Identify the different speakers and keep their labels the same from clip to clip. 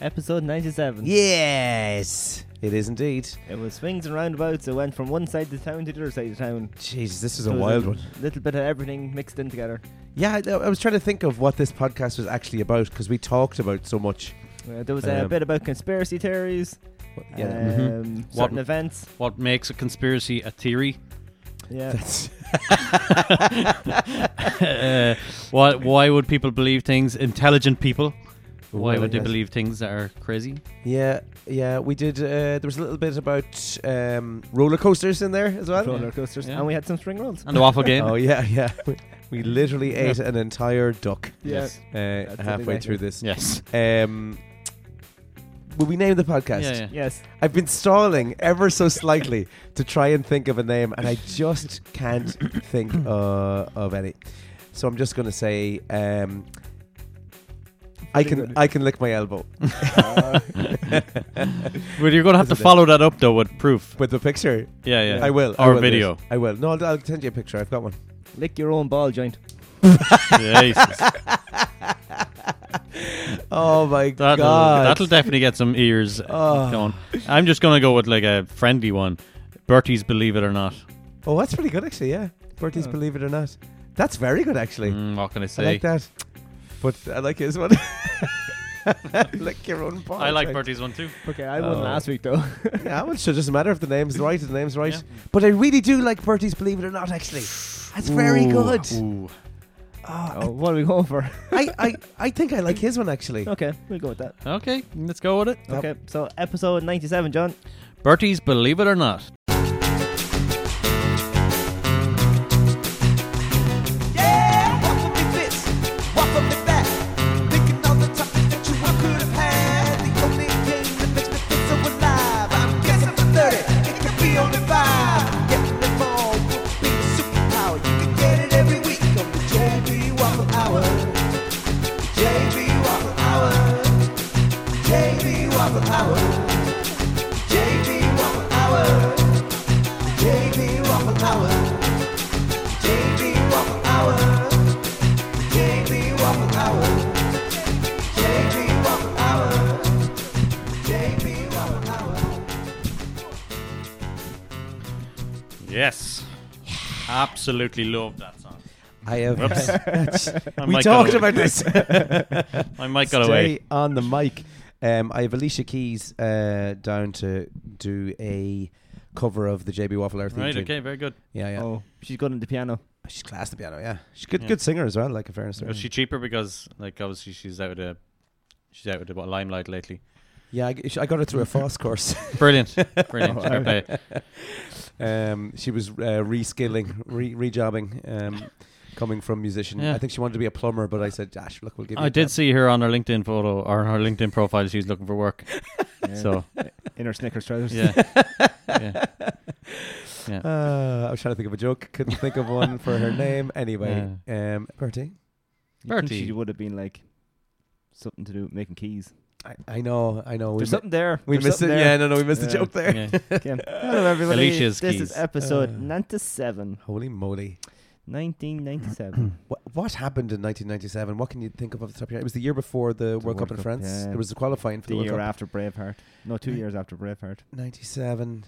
Speaker 1: Episode 97.
Speaker 2: Yes, it is indeed.
Speaker 1: It was swings and roundabouts. It went from one side of town to the other side of town.
Speaker 2: Jesus, this is
Speaker 1: It
Speaker 2: a
Speaker 1: was
Speaker 2: wild one.
Speaker 1: Little bit of everything mixed in together.
Speaker 2: Yeah, I, I was trying to think of what this podcast was actually about because we talked about so much.
Speaker 1: Uh, there was a
Speaker 2: Um,
Speaker 1: bit about conspiracy theories,
Speaker 2: Yeah,
Speaker 1: um, certain
Speaker 3: What-
Speaker 1: events.
Speaker 3: What makes a conspiracy a theory?
Speaker 1: Yeah,
Speaker 2: that's
Speaker 3: Uh, why, why would people believe things? Intelligent people. Why
Speaker 2: Well,
Speaker 3: would they
Speaker 2: yes.
Speaker 3: believe things that are crazy?
Speaker 2: yeah, yeah. We did. Uh, there was a little bit about um, roller coasters in there as well.
Speaker 1: roller coasters,
Speaker 3: Yeah.
Speaker 1: and we had some spring rolls.
Speaker 3: And the waffle game.
Speaker 2: Oh yeah, yeah. We- We literally ate an entire duck
Speaker 3: Yes.
Speaker 2: uh,
Speaker 1: That's
Speaker 2: halfway
Speaker 1: exactly.
Speaker 2: through this.
Speaker 3: Yes.
Speaker 2: Um, will we name the podcast?
Speaker 3: Yeah, yeah.
Speaker 1: Yes.
Speaker 2: I've been stalling ever so slightly to try and think of a name, and I just can't think uh, of any. So I'm just going to say, um, I can I can lick my elbow
Speaker 3: Well, you're going to have to
Speaker 2: Isn't it?
Speaker 3: follow that up, though, with proof.
Speaker 2: with a picture.
Speaker 3: Yeah, yeah.
Speaker 2: I will. I
Speaker 3: Or
Speaker 2: will do it.
Speaker 3: video.
Speaker 2: I will. No, I'll, I'll send you a picture. I've got one.
Speaker 1: Lick your own ball joint.
Speaker 3: Jesus.
Speaker 2: Oh my
Speaker 3: That'll,
Speaker 2: god! Ah.
Speaker 3: that'll definitely get some ears uh, going. I'm just going to go with like a friendly one. Bertie's Believe It or Not.
Speaker 2: oh, that's pretty good actually. Yeah, Bertie's believe it or not. That's very good actually.
Speaker 3: Mm, what can I
Speaker 2: I
Speaker 3: say?
Speaker 2: like that. But I like his one. Lick your own ball.
Speaker 3: I like
Speaker 2: joint.
Speaker 3: Bertie's one too.
Speaker 1: Okay, I won
Speaker 2: Oh.
Speaker 1: last week though.
Speaker 2: Yeah, well, so it doesn't matter if the name's right, the name's right.
Speaker 3: Yeah.
Speaker 2: But I really do like Bertie's Believe It or Not, actually. That's very good. Uh,
Speaker 3: Ooh.
Speaker 1: oh, what are we going for?
Speaker 2: I, I, I think I like his one, actually.
Speaker 1: okay, we'll go with that.
Speaker 3: Okay, let's go with it.
Speaker 1: Okay, so episode 97, John.
Speaker 3: Bertie's Believe It or Not.
Speaker 4: Yeah, what would be this? What would be that? Thinking all the topics that you could have had. The only thing that makes me feel so alive. I'm guessing for 30, it could be only five. Getting them all would be a superpower. You can get it every week on the JB Waffle Hour. JB Waffle Hour. JB Waffle Hour. JB Waffle Hour. JB Waffle Hour. JB Waffle Hour. JB Waffle Hour. JB Waffle Hour. JB Waffle Hour.
Speaker 3: Yes. Absolutely love that song.
Speaker 2: I have.
Speaker 3: Whoops. I
Speaker 2: we
Speaker 3: might
Speaker 2: talked
Speaker 3: go-
Speaker 2: about this.
Speaker 3: I might go away.
Speaker 2: Stay on the mic. Um, I have Alicia Keys uh, down to do a cover of the JB Waffle Hour theme
Speaker 3: Right.
Speaker 2: tune.
Speaker 3: Okay. Very good.
Speaker 2: Yeah, yeah.
Speaker 1: Oh, she's good on the piano.
Speaker 2: She's class the piano, yeah. She's a good,
Speaker 3: Yeah.
Speaker 2: good singer as well, like, in fairness. to her.
Speaker 3: Was she cheaper because like obviously she's out of the she's out of the limelight lately.
Speaker 2: yeah, I, g- I got her through a FOSS course. Oh,
Speaker 3: Brilliant. Brilliant. Fair play.
Speaker 2: Um, she was uh, reskilling, re- rejobbing, um, coming from musician.
Speaker 3: Yeah.
Speaker 2: I think she wanted to be a plumber, but I said, "Dash, look, we'll give you."
Speaker 3: I
Speaker 2: a
Speaker 3: did
Speaker 2: job."
Speaker 3: see her on her LinkedIn photo or her LinkedIn profile. She was looking for work. So
Speaker 1: In her Snickers trousers.
Speaker 3: yeah. yeah.
Speaker 2: Uh, I was trying to think of a joke, couldn't think of one for her name. Anyway, um, Bertie,
Speaker 1: You'd think
Speaker 3: Bertie.
Speaker 1: She would have been like something to do with making keys.
Speaker 2: I, I know, I know, we, mi-
Speaker 1: There's something there.
Speaker 2: we
Speaker 1: There's
Speaker 2: missed it.
Speaker 1: something
Speaker 2: Yeah,
Speaker 1: there.
Speaker 2: no, no, we missed
Speaker 1: Yeah.
Speaker 2: the joke there.
Speaker 3: yeah.
Speaker 1: Okay. Hello, everybody.
Speaker 3: Alicia's
Speaker 1: this
Speaker 3: keys.
Speaker 1: is episode
Speaker 2: Uh.
Speaker 1: 97,
Speaker 2: Holy moly!
Speaker 1: 1997.
Speaker 2: What, what happened in 1997? What can you think of off the top of your head? It was the year before the, World,
Speaker 1: World
Speaker 2: Cup in
Speaker 1: Cup,
Speaker 2: France.
Speaker 1: yeah.
Speaker 2: There was the qualifying for the,
Speaker 1: the
Speaker 2: World
Speaker 1: year
Speaker 2: Cup.
Speaker 1: after Braveheart. No, two years after Braveheart.
Speaker 2: 97.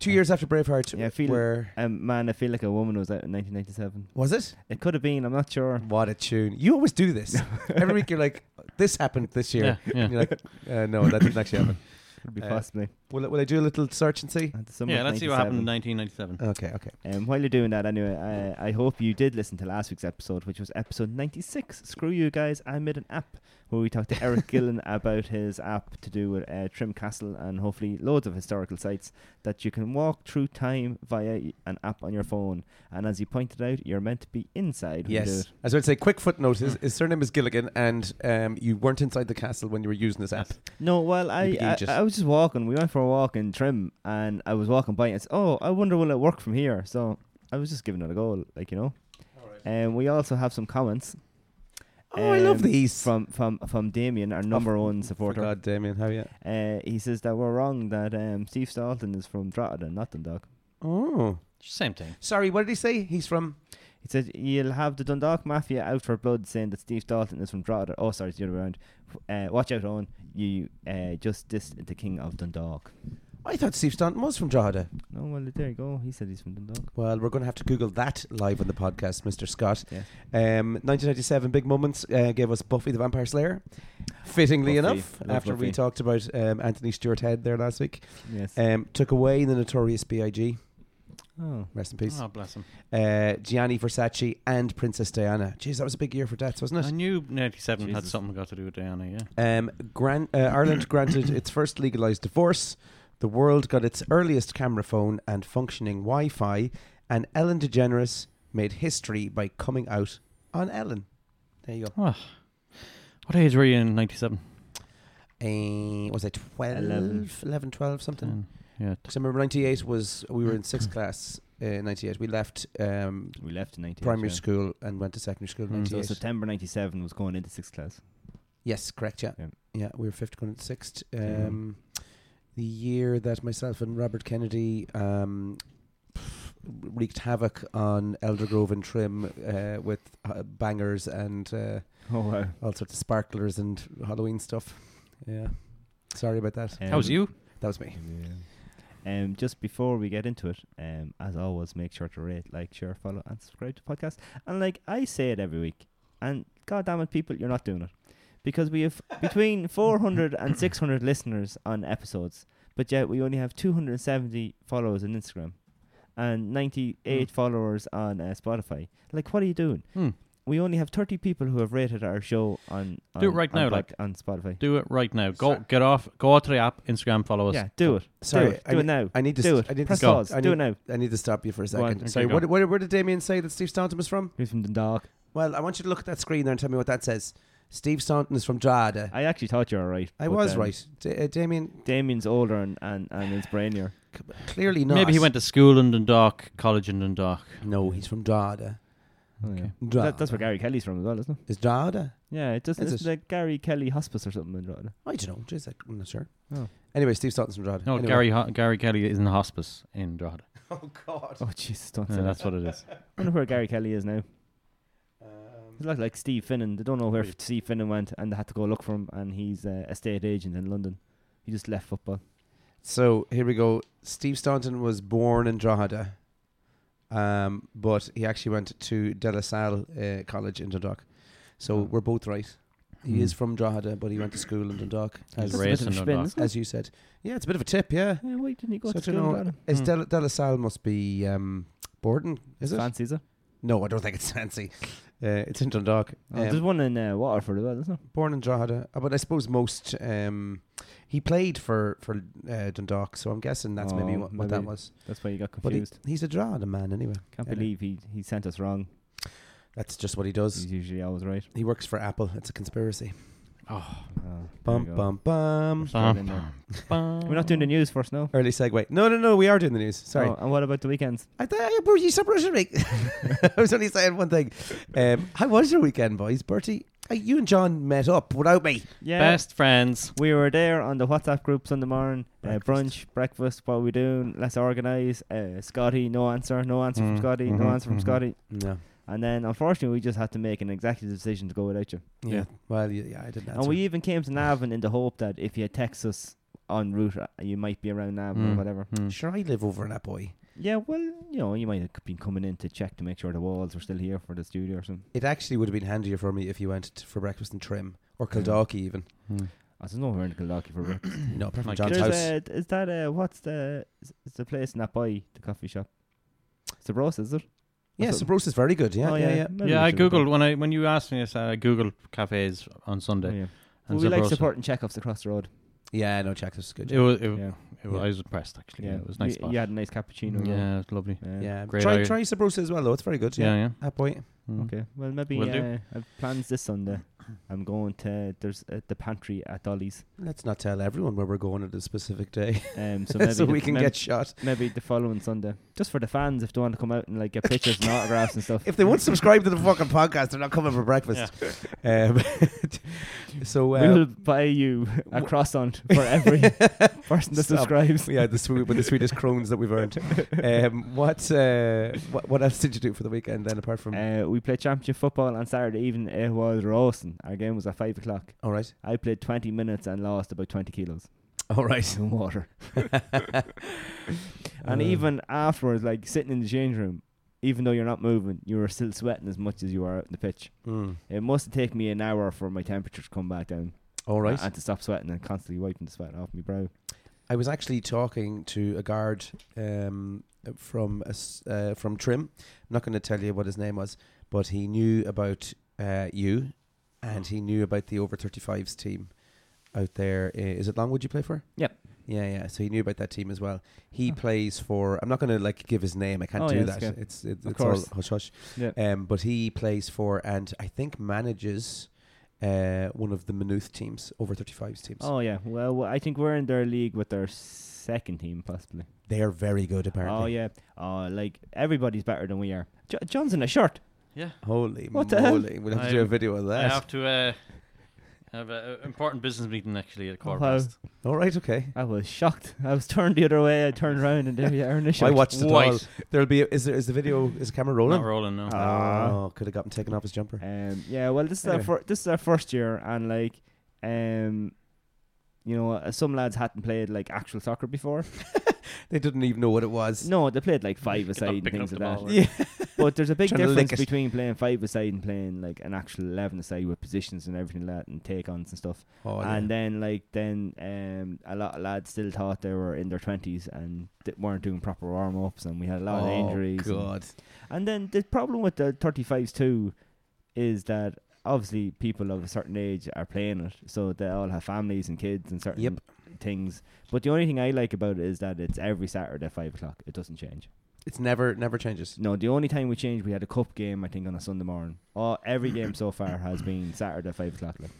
Speaker 2: two years after Braveheart,
Speaker 1: Yeah, I feel-
Speaker 2: where
Speaker 1: Um, man, I feel like a woman was out in 1997.
Speaker 2: was it?
Speaker 1: It could have been. I'm not sure.
Speaker 2: What a tune! You always do this every week. You're like, this happened this year.
Speaker 3: Yeah, yeah.
Speaker 2: And you're like, uh, no, that didn't actually happen.
Speaker 1: Could be
Speaker 2: Uh,
Speaker 1: possibly.
Speaker 2: Will, I- will I do a little search and see?
Speaker 1: At the summer
Speaker 3: Yeah,
Speaker 1: of
Speaker 3: let's see what happened in
Speaker 1: 97.
Speaker 3: 1997.
Speaker 2: Okay, okay.
Speaker 1: Um, while you're doing that, anyway, I, I hope you did listen to last week's episode, which was episode 96. Screw you guys, I made an app where we talked to Eric Gillen about his app to do with uh, Trim Castle and hopefully loads of historical sites that you can walk through time via y- an app on your phone. And as you pointed out, you're meant to be inside when you do
Speaker 2: Yes.
Speaker 1: it. Mm.
Speaker 2: I was going to say, quick footnote: his, his surname is Gilligan, and um, you weren't inside the castle when you were using this app.
Speaker 1: No, well, I,
Speaker 2: be
Speaker 1: I,
Speaker 2: ages.
Speaker 1: I was just walking. We went for a walk in Trim and I was walking by and it's, oh, I wonder will it work from here? So I was just giving it a go, like, you know. And we also have some comments
Speaker 2: Oh, I love
Speaker 1: Um,
Speaker 2: these.
Speaker 1: from from from Damien, our number one
Speaker 2: For
Speaker 1: supporter.
Speaker 2: God, Damien, how are you?
Speaker 1: Uh, he says that we're wrong that um, Steve Stalton is from Drogheda, not Dundalk.
Speaker 2: Oh,
Speaker 3: Same thing.
Speaker 2: sorry. What did he say? He's from.
Speaker 1: He said you'll have the Dundalk mafia out for blood, saying that Steve Stalton is from Drogheda. Oh, sorry, it's the other way around. Uh, watch out, Owen. You uh, just dissed the king of Dundalk.
Speaker 2: I thought Steve Staunton was from Drogheda.
Speaker 1: No, well there you go. He said he's from Dundalk.
Speaker 2: Well, we're going to have to Google that live on the podcast, Mr. Scott.
Speaker 1: Yeah.
Speaker 2: Um, 1997, Big Moments uh, gave us Buffy the Vampire Slayer. Fittingly
Speaker 1: Buffy.
Speaker 2: enough,
Speaker 1: Love
Speaker 2: after we
Speaker 1: Buffy.
Speaker 2: talked about um, Anthony Stewart Head there last week,
Speaker 1: Yes.
Speaker 2: um, took away the notorious B.I.G.
Speaker 1: oh.
Speaker 2: Rest in peace.
Speaker 3: Oh, bless him.
Speaker 2: Uh, Gianni Versace and Princess Diana. Jeez, that was a big year for deaths, wasn't
Speaker 3: I
Speaker 2: it?
Speaker 3: knew 97 had
Speaker 1: Jesus.
Speaker 3: something got to do with Diana, yeah.
Speaker 2: Um, gran- uh, Ireland granted its first legalized divorce. The world got its earliest camera phone and functioning Wi Fi. And Ellen DeGeneres made history by coming out on Ellen. There you go.
Speaker 3: Oh. What age were you in 97?
Speaker 2: Uh, was I 12?
Speaker 1: Eleven.
Speaker 2: 11, 12, something.
Speaker 3: Ten. Yeah.
Speaker 2: Because I remember 98 was, we were in sixth class uh, in 98. We left um,
Speaker 1: We left in 98.
Speaker 2: primary
Speaker 1: yeah.
Speaker 2: school and went to secondary school in
Speaker 3: Mm. So
Speaker 2: 98.
Speaker 1: So September 97 was going into sixth class.
Speaker 2: Yes, correct. Yeah, yeah.
Speaker 1: Yeah.
Speaker 2: we were fifth going into sixth.
Speaker 1: Yeah.
Speaker 2: Um, The year that myself and Robert Kennedy um, wreaked havoc on Eldergrove and Trim uh, with uh, bangers and uh,
Speaker 1: Oh, wow.
Speaker 2: all sorts of sparklers and Halloween stuff. Yeah, sorry about that.
Speaker 3: How was
Speaker 1: Um,
Speaker 3: you?
Speaker 2: That was me.
Speaker 1: Um, just before we get into it, um, as always, make sure to rate, like, share, follow, and subscribe to the podcast. And like I say it every week, and god damn it, people, you're not doing it because we have between 400 and 600 listeners on episodes, but yet we only have 270 followers on Instagram and 98 followers on uh, Spotify. Like, what are you doing?
Speaker 3: Hmm.
Speaker 1: We only have 30 people who have rated our show on
Speaker 3: Do it
Speaker 1: on-
Speaker 3: right
Speaker 1: on
Speaker 3: now,
Speaker 1: pod-
Speaker 3: like.
Speaker 1: on Spotify.
Speaker 3: Do it right now. Go get off. Go out to the app. Instagram. Follow us.
Speaker 1: yeah, do it.
Speaker 2: Sorry,
Speaker 1: do it.
Speaker 2: I
Speaker 1: Do
Speaker 2: need-
Speaker 1: it now.
Speaker 2: I need to.
Speaker 1: do
Speaker 2: st-
Speaker 1: it.
Speaker 2: I need
Speaker 1: Press
Speaker 2: to stop.
Speaker 1: pause.
Speaker 2: I
Speaker 1: do
Speaker 2: need,
Speaker 1: it now.
Speaker 2: I need to stop you for a
Speaker 1: Go on.
Speaker 2: second.
Speaker 3: Okay,
Speaker 2: Sorry.
Speaker 3: go
Speaker 2: What, what, where did Damien say that Steve Staunton was from?
Speaker 1: Who's from Dundalk?
Speaker 2: Well, I want you to look at that screen there and tell me what that says. Steve Staunton is from Drogheda.
Speaker 1: I actually thought you were right.
Speaker 2: I
Speaker 1: but
Speaker 2: was
Speaker 1: then
Speaker 2: right. D- uh, Damien,
Speaker 1: Damien's older and, and, and it's brainier.
Speaker 2: C- Clearly not.
Speaker 3: Maybe he went to school in Dundalk, college in Dundalk.
Speaker 2: No, he's from Drogheda.
Speaker 3: Okay.
Speaker 2: Drogheda.
Speaker 1: Oh, That, that's where Gary Kelly's from as well, isn't it?
Speaker 2: Is Drogheda?
Speaker 1: Yeah, it just
Speaker 2: Is
Speaker 1: it's
Speaker 2: it?
Speaker 1: the Gary Kelly Hospice or something in Drogheda.
Speaker 2: I don't know. Jeez, I- I'm not sure.
Speaker 1: Oh.
Speaker 2: Anyway, Steve Staunton's from Drogheda.
Speaker 3: No,
Speaker 2: Anyway.
Speaker 3: Oh, Gary Ho- Gary Kelly is in the hospice in Drogheda.
Speaker 2: Oh God.
Speaker 1: Oh Jesus, don't say
Speaker 3: Yeah,
Speaker 1: that.
Speaker 3: that's what it is.
Speaker 1: I wonder where Gary Kelly is now. He's
Speaker 2: Um,
Speaker 1: like like Steve Finnan. They don't know where Steve Finnan went, and they had to go look for him. And he's uh, a state agent in London. He just left football.
Speaker 2: so here we go. Steve Staunton was born in Drogheda, um, but he actually went to De La Salle uh, College in Dundalk. So we're both right. He
Speaker 3: Hmm.
Speaker 2: is from Drogheda, but he went to school in Dundalk,
Speaker 3: He's
Speaker 2: as,
Speaker 1: That's a
Speaker 3: raised
Speaker 1: bit
Speaker 3: in
Speaker 1: of a spin,
Speaker 3: Dundalk.
Speaker 1: isn't it?
Speaker 2: as you said. Yeah, it's a bit of a tip. Yeah.
Speaker 1: Yeah, why didn't he go
Speaker 2: So
Speaker 1: to
Speaker 2: to
Speaker 1: school?
Speaker 2: know-
Speaker 1: in Drogheda?
Speaker 2: Is
Speaker 3: Hmm.
Speaker 2: De La, De La Salle must be um, Borden? Is it?
Speaker 1: Fancies it.
Speaker 2: No, I don't think it's fancy. Uh, it's in Dundalk.
Speaker 1: Oh,
Speaker 2: Um,
Speaker 1: there's one in uh, Waterford as well, isn't
Speaker 2: born in Drogheda, uh, but I suppose most um, he played for for uh, Dundalk, so I'm guessing that's maybe
Speaker 1: Oh,
Speaker 2: what, what that
Speaker 1: maybe.
Speaker 2: was.
Speaker 1: there? That's why you got
Speaker 2: But he,
Speaker 1: confused.
Speaker 2: he's a Drogheda man anyway.
Speaker 1: Can't
Speaker 2: yeah.
Speaker 1: believe he, he sent us wrong.
Speaker 2: That's just what he does.
Speaker 1: He's usually always right.
Speaker 2: Mm. He works for Apple. It's a conspiracy.
Speaker 1: Oh, there you
Speaker 2: Bum
Speaker 1: go.
Speaker 2: bum bum.
Speaker 1: Throw it in there. We're not doing the news first now.
Speaker 2: Early segue. No, no, no. We are doing the news. Sorry,
Speaker 1: Oh, and what about the weekends?
Speaker 2: I thought I were you stop rushing me. I was only saying one thing. Um, how was your weekend, boys? Bertie, uh, you and John met up without me.
Speaker 1: Yeah.
Speaker 3: Best friends.
Speaker 1: We were there on the WhatsApp groups on the morning. Uh, brunch,
Speaker 2: Breakfast.
Speaker 1: breakfast, what are we doing? Let's organise. Uh, Scotty, no answer. No answer from
Speaker 3: Mm,
Speaker 1: Scotty. No
Speaker 3: mhm,
Speaker 1: answer from
Speaker 3: mhm.
Speaker 1: Scotty.
Speaker 2: No.
Speaker 1: And then, unfortunately, we just had to make an executive decision to go without you.
Speaker 2: Yeah.
Speaker 3: Yeah.
Speaker 2: Well, yeah, yeah I didn't.
Speaker 1: And
Speaker 2: answer.
Speaker 1: we even came to Navan in the hope that if you had texted us, en route, uh, you might be around Nam or
Speaker 3: Mm.
Speaker 1: whatever.
Speaker 3: Mm.
Speaker 2: Sure, I live over in that boy.
Speaker 1: Yeah, well, you know, you might have been coming in to check to make sure the walls were still here for the studio or something.
Speaker 2: It actually would have been handier for me if you went t- for breakfast in Trim or Kildaki even.
Speaker 3: Mm-hmm.
Speaker 1: I was nowhere in Kildaki for breakfast.
Speaker 2: No, apart from
Speaker 3: Like
Speaker 2: John's
Speaker 1: There's
Speaker 2: house.
Speaker 1: a, is that uh what's the is is the place in that by the coffee shop? It's the Ross, is it?
Speaker 2: yeah,
Speaker 1: That's a-
Speaker 2: Sabrosa's very good. Yeah,
Speaker 1: Oh,
Speaker 2: yeah, yeah.
Speaker 1: maybe
Speaker 3: yeah,
Speaker 1: we
Speaker 3: I
Speaker 1: should have
Speaker 3: googled
Speaker 1: done-
Speaker 3: when I when you asked me this. I googled cafes on
Speaker 1: Oh,
Speaker 3: Sunday.
Speaker 1: yeah. But
Speaker 3: and
Speaker 1: we like
Speaker 3: Zabrowski.
Speaker 1: supporting checkups across the road.
Speaker 2: Yeah, no, check this is good.
Speaker 3: It
Speaker 2: Yeah,
Speaker 3: was. It,
Speaker 1: Yeah.
Speaker 3: it was
Speaker 2: Yeah.
Speaker 3: I was impressed actually. Yeah, it was a nice.
Speaker 1: You,
Speaker 3: spot.
Speaker 1: you had a nice cappuccino.
Speaker 3: yeah,
Speaker 1: though.
Speaker 3: it was lovely.
Speaker 1: Yeah.
Speaker 2: yeah.
Speaker 3: Great
Speaker 2: try
Speaker 3: idea.
Speaker 2: try Sabrosa as well though. It's very good.
Speaker 3: Yeah,
Speaker 2: Yeah,
Speaker 3: yeah.
Speaker 2: that boy.
Speaker 3: Mm.
Speaker 1: Okay. Well, maybe
Speaker 3: Will do.
Speaker 1: uh, I've plans this Sunday. I'm going to there's uh, the pantry at Dolly's.
Speaker 2: Let's not tell everyone where we're going at a specific day,
Speaker 1: Um, so
Speaker 2: so,
Speaker 1: maybe
Speaker 2: we
Speaker 1: the-
Speaker 2: can
Speaker 1: mayb-
Speaker 2: get shot.
Speaker 1: maybe the following Sunday, just for the fans if they want to come out and like get pictures and autographs and stuff.
Speaker 2: If they won't subscribe to the fucking podcast, they're not coming for breakfast. Um, so uh,
Speaker 1: we will buy you a
Speaker 2: w-
Speaker 1: croissant for every person that
Speaker 2: Stop.
Speaker 1: subscribes.
Speaker 2: yeah, the sweet, with the sweetest crones that we've earned. Um, what, uh, what what else did you do for the weekend then? Apart from
Speaker 1: Uh, we played championship football on Saturday evening. It was roasting. Our game was at five o'clock.
Speaker 2: all right,
Speaker 1: I played twenty minutes and lost about twenty kilos
Speaker 2: all right.
Speaker 1: in water.
Speaker 2: Uh,
Speaker 1: And even afterwards, like sitting in the change room, even though you're not moving, you were still sweating as much as you were out in the pitch.
Speaker 2: Mm,
Speaker 1: It must have taken me an hour for my temperature to come back down
Speaker 2: all right.
Speaker 1: and to stop sweating and constantly wiping the sweat off my brow.
Speaker 2: I was actually talking to a guard um, from a s uh, from Trim. I'm not going to tell you what his name was, but he knew about uh, you, and he knew about the over 35s team out there. I- Is it Longwood you play for?
Speaker 1: Yep.
Speaker 2: Yeah, yeah. So he knew about that team as well. He plays for. I'm not going to like give his name. I can't
Speaker 1: Oh,
Speaker 2: do
Speaker 1: yeah, it's
Speaker 2: that.
Speaker 1: okay.
Speaker 2: It's it,
Speaker 1: Of
Speaker 2: it's all
Speaker 1: course.
Speaker 2: hush hush.
Speaker 1: Yeah.
Speaker 2: Um, but he plays for and I think manages uh, one of the Maynooth teams, over 35s teams.
Speaker 1: Oh yeah. Well, well, I think we're in their league with their second team possibly.
Speaker 2: They are very good apparently.
Speaker 1: Oh yeah. Oh, like everybody's better than we are. Jo- John's in a shirt.
Speaker 3: Yeah,
Speaker 2: Holy
Speaker 1: What the hell?
Speaker 2: moly! We'll have to do a
Speaker 3: I'm-
Speaker 2: video of
Speaker 3: I
Speaker 2: that.
Speaker 3: have to uh, have an important business meeting actually at quarter
Speaker 1: Wow.
Speaker 3: past.
Speaker 2: All right, okay.
Speaker 1: I was shocked. I was turned the other way. I turned around and there you are in a
Speaker 2: I
Speaker 1: shirt.
Speaker 2: watched it all.
Speaker 3: White.
Speaker 2: There'll be. is there? Is the video? Is the camera rolling?
Speaker 3: Not rolling now.
Speaker 1: Ah.
Speaker 2: Oh, could have gotten taken off his jumper.
Speaker 1: Um, yeah, well, this is our
Speaker 2: Anyway.
Speaker 1: fir- this is our first year, and like, um, you know, uh, some lads hadn't played like actual soccer before.
Speaker 2: They didn't even know what it was.
Speaker 1: No, they played like five
Speaker 3: Get up,
Speaker 1: aside and
Speaker 3: picking up
Speaker 1: things
Speaker 3: the
Speaker 1: like that.
Speaker 3: ball.
Speaker 2: Yeah.
Speaker 1: But there's a big
Speaker 2: Trying to lick
Speaker 1: difference
Speaker 2: it.
Speaker 1: between playing five aside and playing like an actual eleven aside with positions and everything like that and take ons and stuff.
Speaker 2: Oh, yeah.
Speaker 1: and then like then um, a lot of lads still thought they were in their twenties and d- weren't doing proper warm ups, and we had a lot of
Speaker 2: Oh,
Speaker 1: injuries. and-
Speaker 2: God.
Speaker 1: And then the problem with the 35s too is that obviously people of a certain age are playing it, so they all have families and kids and certain
Speaker 2: Yep.
Speaker 1: things. But the only thing I like about it is that it's every Saturday at five o'clock. It doesn't change.
Speaker 2: It's never, never changes.
Speaker 1: No, the only time we changed, we had a cup game, I think, on a Sunday morning. All, every game so far has been Saturday at five o'clock. Like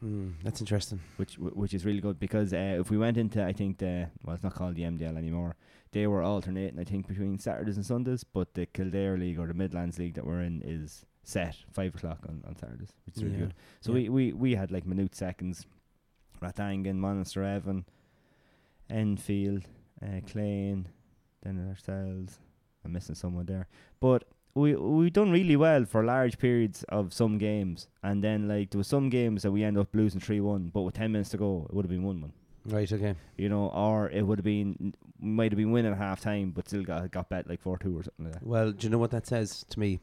Speaker 2: Hmm, that's interesting.
Speaker 1: which wh- which is really good because uh, if we went into I think the well it's not called the MDL anymore they were alternating I think between Saturdays and Sundays but the Kildare League or the Midlands League that we're in is set five o'clock on, on Saturdays which is really
Speaker 2: Yeah.
Speaker 1: good so
Speaker 2: Yeah.
Speaker 1: we, we we had like minute seconds Ratangan Monster Evan Enfield uh, Clane then ourselves I'm missing someone there but we we done really well for large periods of some games, and then like there was some games that we end up losing three one, but with ten minutes to go, it would have been one one,
Speaker 2: Right. Okay.
Speaker 1: you know, or it would have been we might have been winning at half time, but still got got bet like four two or something like that.
Speaker 2: Well, do you know what that says to me?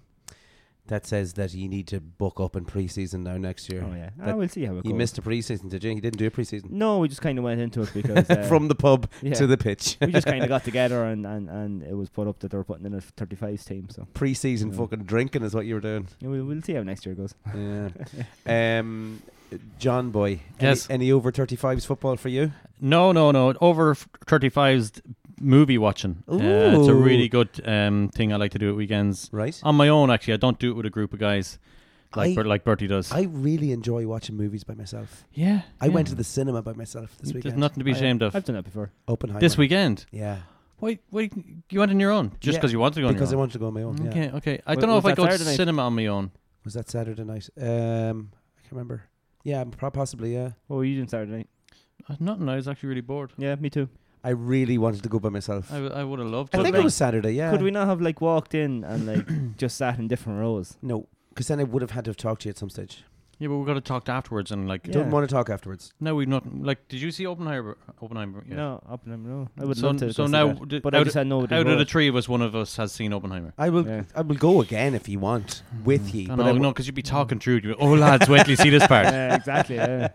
Speaker 2: That says that you need to book up in preseason now next year.
Speaker 1: Oh yeah,
Speaker 2: That-
Speaker 1: ah, we'll see how it
Speaker 2: You
Speaker 1: goes.
Speaker 2: missed a preseason, did you? You didn't do a preseason.
Speaker 1: No, we just kind of went into it because uh,
Speaker 2: From the pub
Speaker 1: yeah.
Speaker 2: to the pitch.
Speaker 1: we just kind of got together and, and, and it was put up that they were putting in a 35s team. So
Speaker 2: Preseason
Speaker 1: Yeah.
Speaker 2: fucking drinking is what you were doing.
Speaker 1: yeah, we'll, we'll see how next year goes.
Speaker 2: Yeah. um, John Boy. any-
Speaker 3: Yes.
Speaker 2: Any, over 35s football for you?
Speaker 3: No, no, no. Over 35's movie watching. Uh, it's a
Speaker 2: Ooh.
Speaker 3: really good um, thing I like to do at weekends.
Speaker 2: Right.
Speaker 3: On my own, actually. I don't do it with a group of guys like
Speaker 2: I-
Speaker 3: Bert, like Bertie does.
Speaker 2: I really enjoy watching movies by myself.
Speaker 3: yeah.
Speaker 2: I went to the cinema by myself this
Speaker 3: There's
Speaker 2: weekend.
Speaker 3: nothing to be
Speaker 1: I-
Speaker 3: ashamed of.
Speaker 1: I've done that before.
Speaker 2: Oppenheimer.
Speaker 3: this weekend.
Speaker 2: Yeah.
Speaker 3: Why, why you went on your own? Just
Speaker 2: Yeah,
Speaker 3: because you wanted to go on
Speaker 2: because I
Speaker 3: your own.
Speaker 2: wanted to go on my own. yeah.
Speaker 3: Okay, okay. I
Speaker 1: Wa-
Speaker 3: don't know
Speaker 1: was
Speaker 3: if I
Speaker 1: that
Speaker 3: go to
Speaker 1: Saturday night?
Speaker 3: cinema on my own.
Speaker 2: Was that Saturday night? Um, I can't remember. Yeah, pro- possibly. Yeah.
Speaker 1: What were you doing Saturday night?
Speaker 3: Uh, Nothing. I was actually really bored.
Speaker 1: Yeah, me too.
Speaker 2: I really wanted to go by myself.
Speaker 3: I,
Speaker 2: I
Speaker 3: w- I would have loved to.
Speaker 1: Could
Speaker 2: think
Speaker 1: we-
Speaker 2: it was Saturday. Yeah.
Speaker 1: Could we not have like walked in and like just sat in different rows?
Speaker 2: No, because then I would have had to have talked to you at some stage.
Speaker 3: Yeah, but we got to talk afterwards and like.
Speaker 1: Yeah.
Speaker 2: Don't want to talk afterwards.
Speaker 3: No, we've not. Like, did you see Oppenheimer? Oppenheimer. Yeah.
Speaker 1: No, Oppenheimer. No, I would
Speaker 3: so
Speaker 1: love to.
Speaker 3: so
Speaker 1: go see
Speaker 3: now,
Speaker 1: that,
Speaker 3: d-
Speaker 1: but
Speaker 3: out,
Speaker 1: I just had no.
Speaker 3: out
Speaker 1: idea
Speaker 3: of
Speaker 1: where.
Speaker 3: the three of us, one of us has seen Oppenheimer.
Speaker 2: I will.
Speaker 1: Yeah.
Speaker 2: I will go again if you want with you.
Speaker 3: No,
Speaker 2: But I
Speaker 3: no,
Speaker 2: w-
Speaker 3: no, because you'd be talking through. it, You'd be, oh, lads, wait till you see this part.
Speaker 1: yeah, exactly. Yeah.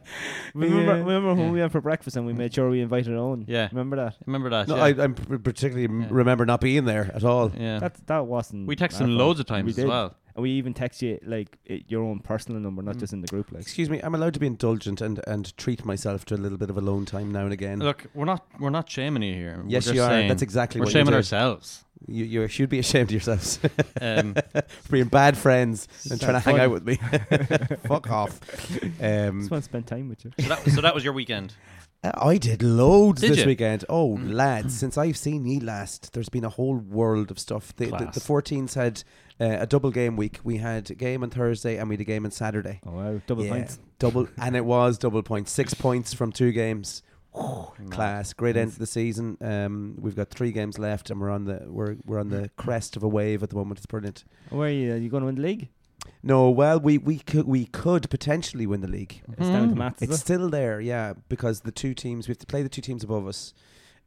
Speaker 1: remember, remember when we went for breakfast and we made sure we invited our own.
Speaker 3: Yeah.
Speaker 1: remember that?
Speaker 3: Remember that?
Speaker 2: No,
Speaker 3: yeah.
Speaker 2: I, I'm p- particularly m
Speaker 3: Yeah.
Speaker 2: remember not being there at all.
Speaker 3: yeah.
Speaker 1: That that wasn't.
Speaker 3: we texted
Speaker 1: our
Speaker 3: him
Speaker 1: fault.
Speaker 3: loads of
Speaker 1: We
Speaker 3: times as
Speaker 1: did.
Speaker 3: well. Mm.
Speaker 1: And we even text you like i your own personal number, not just in the group. Like,
Speaker 2: Excuse me, I'm allowed to be indulgent and, and treat myself to a little bit of alone time now and again.
Speaker 3: Look, we're not we're not shaming you here. We're
Speaker 2: Yes,
Speaker 3: just
Speaker 2: you are.
Speaker 3: saying-
Speaker 2: That's exactly
Speaker 3: we're
Speaker 2: what you
Speaker 3: shaming
Speaker 2: did.
Speaker 3: ourselves.
Speaker 2: You, you should be ashamed of yourselves for
Speaker 3: Um,
Speaker 2: being bad friends and trying to hang
Speaker 1: funny.
Speaker 2: out with me. Fuck off. Um,
Speaker 1: just want to spend time with you.
Speaker 3: so, that, so that was your weekend.
Speaker 2: I did loads
Speaker 3: Did
Speaker 2: this
Speaker 3: you? Mm.
Speaker 2: weekend. Oh, lads, since I've seen ye last, there's been a whole world of stuff. The, the,
Speaker 3: Class.
Speaker 2: the 14s had uh, a double game week. We had a game on Thursday and we had a game on Saturday.
Speaker 1: Oh wow, double
Speaker 2: Yeah,
Speaker 1: pints.
Speaker 2: Double, and it was double points. Six points from two games. Whew, class, great
Speaker 1: Mm.
Speaker 2: end to the season. Um, we've got three games left, and we're on the we're we're on
Speaker 1: Mm.
Speaker 2: the crest of a wave at the moment. It's brilliant.
Speaker 1: Where are you? Are you going to win the league?
Speaker 2: No, well, we we could we could potentially win the league.
Speaker 1: It's down to Matt's.
Speaker 2: Hmm. It's
Speaker 1: Is it?
Speaker 2: still there, yeah, because the two teams we have to play the two teams above us,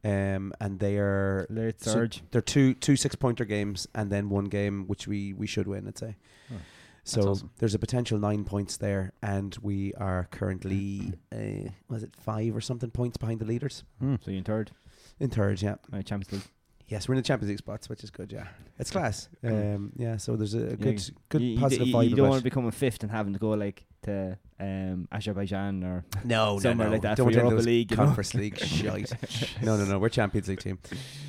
Speaker 2: um, and they are
Speaker 1: Late
Speaker 2: so
Speaker 1: surge.
Speaker 2: they're two two six pointer games, and then one game which we we should win, I'd say.
Speaker 1: Oh,
Speaker 2: So
Speaker 3: awesome.
Speaker 2: there's a potential nine points there, and we are currently uh, was it five or something points behind the leaders
Speaker 3: Hmm.
Speaker 1: So you're in third.
Speaker 2: in third, yeah.
Speaker 1: Uh, Champions League.
Speaker 2: Yes, we're in the Champions League spots, which is good, yeah. It's class,
Speaker 1: Mm.
Speaker 2: um, yeah. So there's a
Speaker 1: Yeah,
Speaker 2: good good
Speaker 1: you, you d-
Speaker 2: positive
Speaker 1: you,
Speaker 2: vibe.
Speaker 1: you don't
Speaker 2: about
Speaker 1: want
Speaker 2: it.
Speaker 1: to become a fifth and having to go like to um, Azerbaijan or
Speaker 2: No, no,
Speaker 1: somewhere
Speaker 2: no.
Speaker 1: like that
Speaker 2: Don't want
Speaker 1: for
Speaker 2: any of
Speaker 1: Europa
Speaker 2: those
Speaker 1: League, you know?
Speaker 2: Conference League shite. No, no, no. We're Champions League team.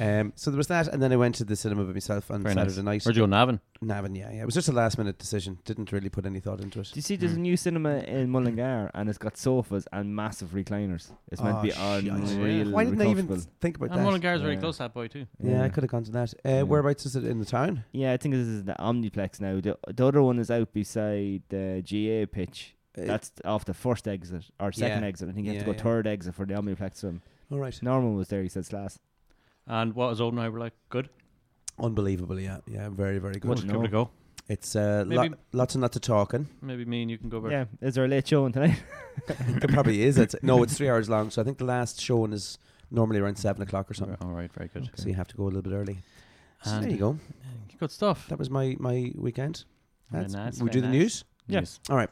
Speaker 2: Um, so there was that, and then I went to the cinema by myself on
Speaker 3: Very
Speaker 2: Saturday night.
Speaker 3: Where'd you go, Navin?
Speaker 2: Navin, yeah, yeah. It was just a last minute decision. Didn't really put any thought into it.
Speaker 1: Do you see there's a new cinema in Mullingar and it's got sofas and massive recliners? It's meant to be
Speaker 2: Oh, shite.
Speaker 1: unreal.
Speaker 2: Why didn't I even
Speaker 1: comfortable.
Speaker 2: think about
Speaker 3: And
Speaker 2: that?
Speaker 3: Mullingar's very
Speaker 1: Yeah.
Speaker 3: close to that boy too.
Speaker 2: yeah, I could have gone to that. Uh, Whereabouts is it in the town?
Speaker 1: Yeah, I think this is the Omniplex now. The, the other one is out beside the GA pitch.
Speaker 2: Uh,
Speaker 1: That's off the first exit or second
Speaker 2: Yeah.
Speaker 1: exit. I think you have to
Speaker 2: Yeah,
Speaker 1: go
Speaker 2: yeah.
Speaker 1: third exit for the Omniplex one.
Speaker 2: All right.
Speaker 1: Norman was there, he said last.
Speaker 3: And what was Oldenheimer like? Good.
Speaker 2: Unbelievable, yeah. Yeah, very, very good.
Speaker 3: Give it a go.
Speaker 2: It's uh,
Speaker 3: Maybe-
Speaker 2: lo- lots and lots of talking.
Speaker 3: Maybe me and you can go over.
Speaker 1: Yeah, is there a late show on tonight?
Speaker 2: There probably is. It's, no, it's three hours long, so I think the last showing is normally around 7 o'clock or something.
Speaker 3: All right, very good.
Speaker 2: So you have to go a little bit early. So
Speaker 3: And-
Speaker 2: there you go.
Speaker 3: Good stuff.
Speaker 2: That was my my weekend.
Speaker 3: Very
Speaker 2: That's,
Speaker 3: nice,
Speaker 2: we
Speaker 3: very
Speaker 2: do the
Speaker 3: nice.
Speaker 2: news.
Speaker 1: Yeah.
Speaker 3: Yes.
Speaker 2: All right.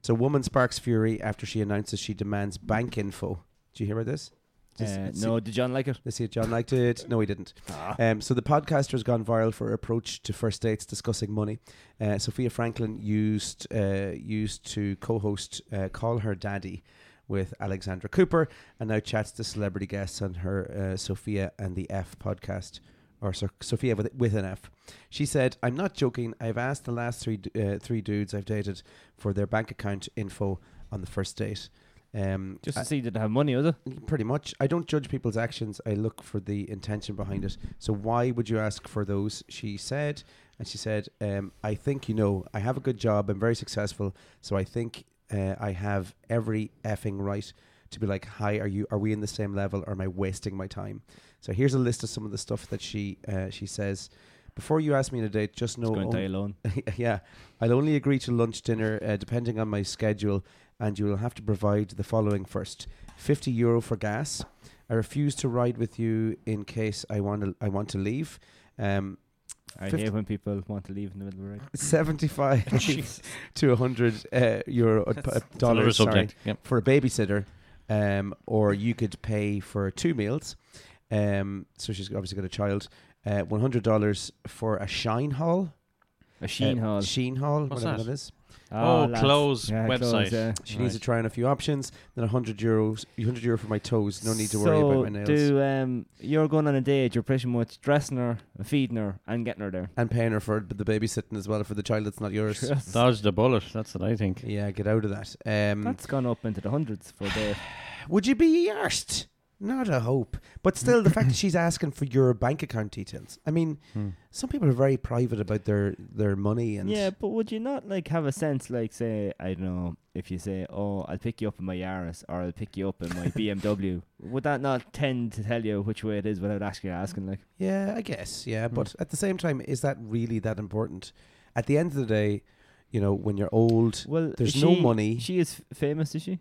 Speaker 2: So, woman sparks fury after she announces she demands bank info. Do you hear about this? Just-
Speaker 1: Uh,
Speaker 2: see-
Speaker 1: no, did John like it?
Speaker 2: Let's see if John liked it. No, he didn't. Um, so the podcaster has gone viral for her approach to first dates discussing money. Uh, Sophia Franklin used uh, used to co-host uh, "Call Her Daddy" with Alexandra Cooper, and now chats to celebrity guests on her uh, Sophia and the F podcast, or so- Sophia with with an F. She said, "I'm not joking. I've asked the last three d- uh, three dudes I've dated for their bank account info on the first date." Um,
Speaker 1: Just
Speaker 2: I-
Speaker 1: to see did I have money, was it?
Speaker 2: pretty much i don't judge people's actions i look for the intention behind it so why would you ask for those she said and she said um, i think you know i have a good job i'm very successful so i think uh, i have every effing right to be like hi are you are we in the same level or am i wasting my time so here's a list of some of the stuff that she uh, she says before you ask me on a date just know
Speaker 1: Going
Speaker 2: on-
Speaker 1: to die alone.
Speaker 2: yeah, I'll only agree to lunch, dinner, uh, depending on my schedule, and you will have to provide the following first: fifty euro for gas. I refuse to ride with you in case I want to. I want to leave. Um,
Speaker 1: I
Speaker 2: Fifty-
Speaker 1: hate when people want to leave in the middle of a ride.
Speaker 2: Seventy-five to hundred uh, euro uh, p-
Speaker 3: Another
Speaker 2: dollars. Sorry,
Speaker 3: subject. Yep.
Speaker 2: for a babysitter, um, or you could pay for two meals. Um, so she's obviously got a child. Uh, One hundred dollars for a shine hall.
Speaker 1: A Sheen
Speaker 2: uh,
Speaker 1: Hall.
Speaker 2: Sheen hall.
Speaker 3: What's
Speaker 2: whatever
Speaker 3: that?
Speaker 2: that is. Ah,
Speaker 3: Oh,
Speaker 1: Ah, lads.
Speaker 3: clothes
Speaker 1: clothes,
Speaker 3: website.
Speaker 1: yeah.
Speaker 2: She
Speaker 3: Right.
Speaker 2: needs to try on a few options. Then 100 euros, 100 euro for my toes. No need to worry
Speaker 1: So
Speaker 2: about my nails.
Speaker 1: Do, um, you're going on a date, you're pretty much dressing her, feeding her, and getting her there.
Speaker 2: And paying her for it, but the babysitting as well for the child that's not yours.
Speaker 3: Dodge the bullet. That's what I think.
Speaker 2: yeah, get out of that. Um,
Speaker 1: That's gone up into the hundreds for the.
Speaker 2: would you be arsed? Not a hope. But still, the fact that she's asking for your bank account details. I mean, some people are very private about their, their money. and
Speaker 1: Hmm. Yeah, but would you not like have a sense like say I don't know if you say oh I'll pick you up in my Yaris or I'll pick you up in my BMW would that not tend to tell you which way it is without actually asking like Hmm.
Speaker 2: Yeah, I guess. Yeah, but at the same time, is that really that important? At the end of the day, you know, when you're old,
Speaker 1: Well,
Speaker 2: There's
Speaker 1: is
Speaker 2: no
Speaker 1: she-
Speaker 2: money.
Speaker 1: She is f- famous, is she?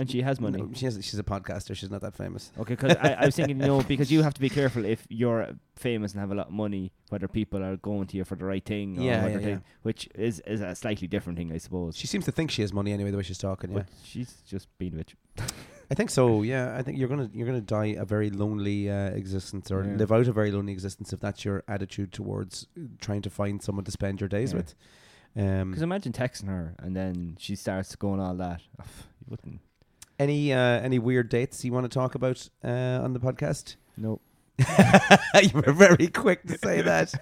Speaker 1: And she has money.
Speaker 2: No, she has, she's a podcaster. She's not that famous.
Speaker 1: Okay, because I, I was thinking, you know, because you have to be careful if you're famous and have a lot of money, whether people are going to you for the right thing, or
Speaker 2: Yeah,
Speaker 1: whether
Speaker 2: yeah,
Speaker 1: they-
Speaker 2: yeah.
Speaker 1: which is is a slightly different thing, I suppose.
Speaker 2: She seems to think she has money anyway. The way she's talking, yeah.
Speaker 1: But she's just being a bitch.
Speaker 2: I think so. Yeah, I think you're gonna you're gonna die a very lonely uh, existence, or
Speaker 1: Yeah.
Speaker 2: live out a very lonely existence if that's your attitude towards uh, trying to find someone to spend your days
Speaker 1: Yeah.
Speaker 2: with.
Speaker 3: Hmm.
Speaker 2: Um,
Speaker 1: Because imagine texting her and then she starts going all that. Ugh, you wouldn't.
Speaker 2: Any uh, any weird dates you want to talk about uh, on the podcast?
Speaker 1: No.
Speaker 2: you were very quick to say that.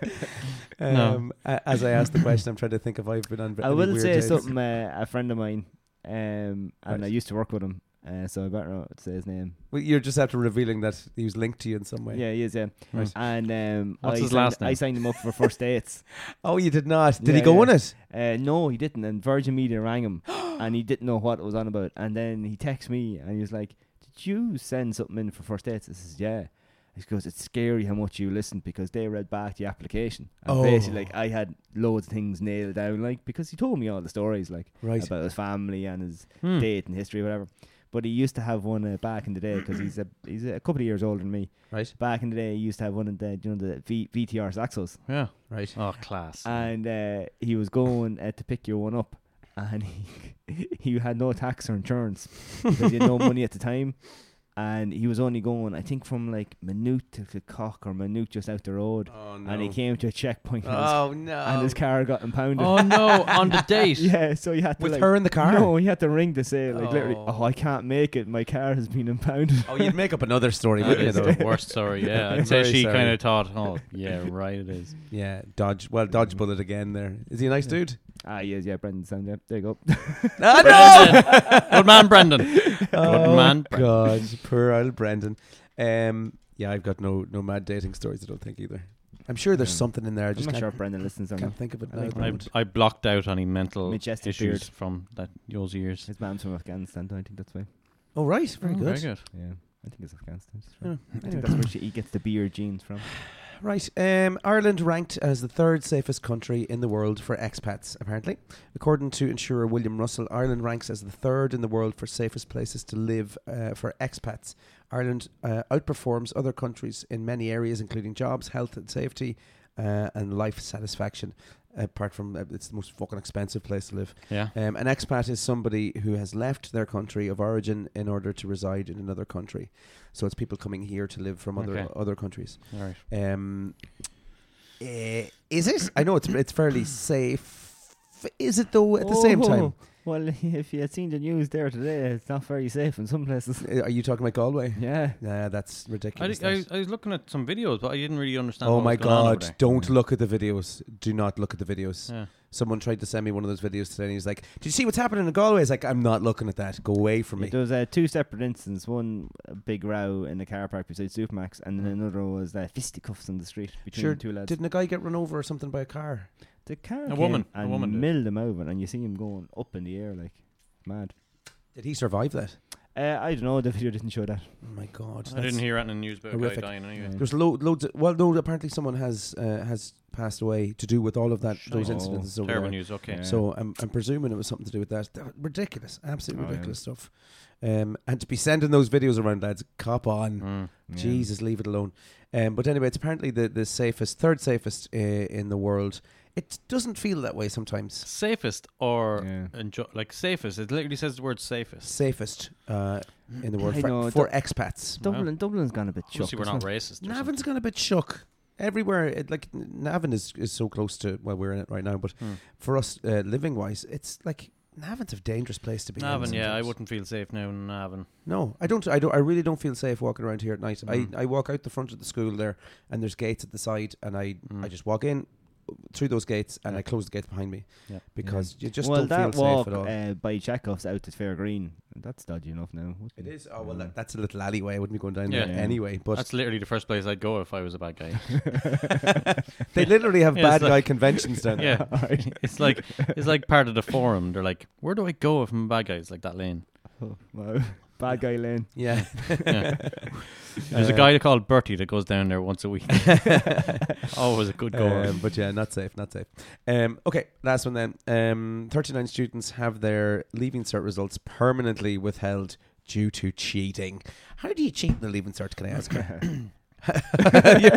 Speaker 3: No.
Speaker 2: Um, a- As I asked the question, I'm trying to think if I've been on. v-
Speaker 1: I
Speaker 2: any
Speaker 1: will
Speaker 2: weird
Speaker 1: say
Speaker 2: dates.
Speaker 1: something. Uh, a friend of mine, um, and I
Speaker 2: Right.
Speaker 1: used to work with him, uh, so I better not say his name.
Speaker 2: Well, You're just after revealing that he was linked to you in some way.
Speaker 1: Yeah, he is. Yeah,
Speaker 3: Right.
Speaker 1: and um,
Speaker 3: What's
Speaker 1: I
Speaker 3: his
Speaker 1: signed-
Speaker 3: last name?
Speaker 1: I signed him up for first dates.
Speaker 2: Oh, you did not. Did he
Speaker 1: Yeah,
Speaker 2: go
Speaker 1: yeah.
Speaker 2: on it?
Speaker 1: Uh, no, he didn't. And Virgin Media rang him, and he didn't know what it was on about. And then he texts me, and he was like, "Did you send something in for first dates?" I says, "Yeah." He goes, "It's scary how much you listened because they read back the application." And basically, like I had loads of things nailed down, like because he told me all the stories, like
Speaker 2: Right.
Speaker 1: about his family and his
Speaker 3: Hmm.
Speaker 1: date and history, whatever. But he used to have one uh, back in the day because he's a he's a couple of years older than me.
Speaker 2: Right.
Speaker 1: Back in the day, he used to have one of the you know the v- VTR Saxos
Speaker 3: Yeah.
Speaker 2: Right.
Speaker 3: Oh, class.
Speaker 1: and uh, he was going uh, to pick your one up, and he he had no tax or insurance because he had no money at the time, and he was only going I think from like Minute to the Cock or Minute just out the road,
Speaker 2: Oh
Speaker 1: and he came to a checkpoint, and, his,
Speaker 2: Oh no.
Speaker 1: and his car got impounded.
Speaker 3: oh no, on the date.
Speaker 1: Yeah, so you had to
Speaker 2: with
Speaker 1: like,
Speaker 2: her in the car.
Speaker 1: No, he had to ring to say like literally,
Speaker 2: Oh.
Speaker 1: oh, I can't make it. My car has been impounded.
Speaker 2: Oh, you'd make up another story,
Speaker 3: That
Speaker 2: wouldn't you?
Speaker 3: is
Speaker 2: Though?
Speaker 3: the worst story. Yeah,
Speaker 2: I'm
Speaker 3: I'd say
Speaker 2: very
Speaker 3: she
Speaker 2: sorry.
Speaker 3: kind of thought, "Oh, yeah, right, it is."
Speaker 2: yeah. Dodge. Well, dodge bullet again. There. Is he a nice dude?
Speaker 1: ah, yes, yeah, Brendan Sound. Yeah, there you go.
Speaker 2: Ah, Oh,
Speaker 3: Brendan. Good man, Brendan. Good man, Brendan.
Speaker 2: God, poor old Brendan. Um, yeah, I've got no no mad dating stories. I don't think either. I'm sure there's
Speaker 1: Yeah.
Speaker 2: something in there. I
Speaker 1: I'm
Speaker 2: just
Speaker 1: not
Speaker 2: can't,
Speaker 1: sure if Brendan listens or not.
Speaker 2: can't think of it.
Speaker 1: I
Speaker 2: Now
Speaker 1: think
Speaker 2: at the
Speaker 3: I,
Speaker 2: moment.
Speaker 3: I blocked out any mental
Speaker 1: Majestic
Speaker 3: issues
Speaker 1: beard.
Speaker 3: from that those years.
Speaker 1: His mom's from Afghanistan. though, I think that's why.
Speaker 2: oh right, very
Speaker 3: Oh,
Speaker 2: good.
Speaker 3: Very good.
Speaker 1: Yeah, I think it's Afghanistan. she's
Speaker 2: Yeah.
Speaker 1: from. I think that's where she, he gets the beer jeans from.
Speaker 2: Right. Um, Ireland ranked as the third safest country in the world for expats, apparently. According to insurer William Russell, Ireland ranks as the third in the world for safest places to live uh, for expats. Ireland uh, outperforms other countries in many areas, including jobs, health and safety, uh, and life satisfaction. Apart from uh, it's the most fucking expensive place to live.
Speaker 3: Yeah.
Speaker 2: Um, an expat is somebody who has left their country of origin in order to reside in another country. So it's people coming here to live from other
Speaker 3: Okay.
Speaker 2: other countries.
Speaker 3: All right.
Speaker 2: Um, eh, is it? I know it's it's fairly safe. Is it though? At the same
Speaker 3: Oh.
Speaker 2: time,
Speaker 1: Oh, Well, if you had seen the news there today, it's not very safe in some places.
Speaker 2: Eh, are you talking about Galway?
Speaker 1: Yeah.
Speaker 2: Nah, that's
Speaker 3: I,
Speaker 2: ridiculous.
Speaker 3: di- I,
Speaker 2: that.
Speaker 3: I was looking at some videos, but I didn't really understand.
Speaker 2: oh
Speaker 3: what
Speaker 2: my
Speaker 3: was going on over
Speaker 2: god!
Speaker 3: there.
Speaker 2: Don't look at the videos. Do not look at the videos.
Speaker 3: Yeah.
Speaker 2: Someone tried to send me one of those videos today, and he's like, "Did you see what's happening in Galway?" He's like, "I'm not looking at that. Go away from me."
Speaker 1: There was uh, two separate incidents. One a big row in the car park beside Supermax, and then another was uh, fisticuffs on the street between
Speaker 2: Sure,
Speaker 1: the two lads.
Speaker 2: Didn't a guy get run over or something by a car?
Speaker 1: the car
Speaker 3: A
Speaker 1: came
Speaker 3: woman- a
Speaker 1: and
Speaker 3: woman did.
Speaker 1: milled him over, and you see him going up in the air like mad.
Speaker 2: Did he survive that?
Speaker 1: Uh, I don't know. The video didn't show that.
Speaker 2: Oh my god!
Speaker 3: I
Speaker 2: that's-
Speaker 3: didn't hear it in the news about a guy
Speaker 2: horrific.
Speaker 3: dying anyway.
Speaker 1: Yeah.
Speaker 2: There's lo- loads. Of, well, no. Apparently, someone has uh, has passed away to do with all of that. Those
Speaker 1: Oh,
Speaker 2: incidents. over
Speaker 3: Terrible
Speaker 2: there.
Speaker 3: news. Okay.
Speaker 1: Yeah.
Speaker 2: So I'm, I'm presuming it was something to do with that. That was ridiculous, absolutely
Speaker 1: Oh, yeah.
Speaker 2: ridiculous stuff. Um, and to be sending those videos around, lads, cop on.
Speaker 3: Mm.
Speaker 1: Yeah.
Speaker 2: Jesus, leave it alone. Um, but anyway, it's apparently the, the safest, third safest uh, in the world. It doesn't feel that way sometimes.
Speaker 3: Safest or
Speaker 1: Yeah.
Speaker 3: enjo- like safest? It literally says the word safest.
Speaker 2: Safest uh, in the world
Speaker 1: I
Speaker 2: for,
Speaker 1: know,
Speaker 2: for expats.
Speaker 1: Dublin, Dublin's gone a bit shook.
Speaker 3: Obviously, we're not racist. or something.
Speaker 2: Navin's gone a bit shook. Everywhere, it, like N- Navan is, is so close to well, we're in it right now. But
Speaker 3: Hmm.
Speaker 2: for us, uh, living wise, it's like Navin's a dangerous place to be. in
Speaker 3: Navan, yeah, I
Speaker 2: sometimes.
Speaker 3: wouldn't feel safe now in Navan.
Speaker 2: No, I don't. I don't. I really don't feel safe walking around here at night.
Speaker 3: Mm.
Speaker 2: I, I walk out the front of the school there, and there's gates at the side, and I
Speaker 3: Mm.
Speaker 2: I just walk in through those gates, and
Speaker 3: Yeah.
Speaker 2: I close the gates behind me
Speaker 3: Yeah.
Speaker 2: because you just
Speaker 1: well,
Speaker 2: don't
Speaker 1: that
Speaker 2: feel
Speaker 1: walk
Speaker 2: safe at all.
Speaker 3: eh,
Speaker 1: Uh, by Chekhov's out to Fair Green, that's dodgy enough now. Mm.
Speaker 2: it is. Oh well, that, that's a little alleyway. I wouldn't be going down
Speaker 3: Mm. Yeah.
Speaker 2: there
Speaker 1: Yeah.
Speaker 2: anyway. But
Speaker 3: That's literally the first place I'd go if I was a bad guy.
Speaker 2: they literally have
Speaker 3: Yeah,
Speaker 2: bad
Speaker 3: it's
Speaker 2: guy
Speaker 3: like-
Speaker 2: conventions down there.
Speaker 3: yeah, it's like it's like part of the forum. They're like, where do I go if I'm a bad guy? It's like that lane.
Speaker 1: Oh, wow. Bad guy lane.
Speaker 2: Yeah.
Speaker 3: There's a
Speaker 2: Uh,
Speaker 3: guy called Bertie that goes down there once a week. Always a good goer.
Speaker 2: Um, but yeah, not safe, not safe. Um, okay, last one then. Um, 39 students have their leaving cert results permanently withheld due to cheating. How do you cheat in the leaving cert, can I ask? you?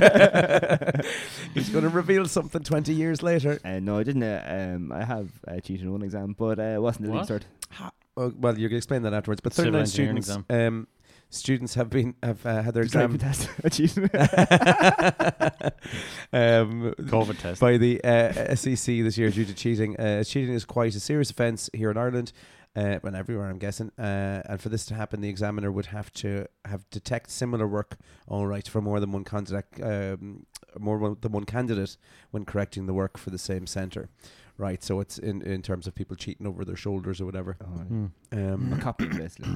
Speaker 2: He's going to reveal something 20 years later.
Speaker 1: Uh, no, I didn't. Uh, um, I have uh, cheated in one exam, but uh, it wasn't the lead
Speaker 3: What?
Speaker 1: cert.
Speaker 2: Oh, well, you can explain that afterwards. But
Speaker 3: Civil
Speaker 2: 39
Speaker 3: engineering
Speaker 2: students um, students have been have uh, had their
Speaker 1: It's like
Speaker 2: exam
Speaker 1: the test. I cheated.
Speaker 2: um,
Speaker 3: COVID test.
Speaker 2: by the uh, SEC this year due to cheating. Uh, cheating is quite a serious offence here in Ireland, uh, and everywhere, I'm guessing. Uh, and for this to happen, the examiner would have to have detect similar work, all right, for more than one candidate, um, more one- than one candidate when correcting the work for the same centre. Right, so it's in, in terms of people cheating over their shoulders or whatever.
Speaker 3: Hmm.
Speaker 2: Um,
Speaker 1: Oh, A copy, basically.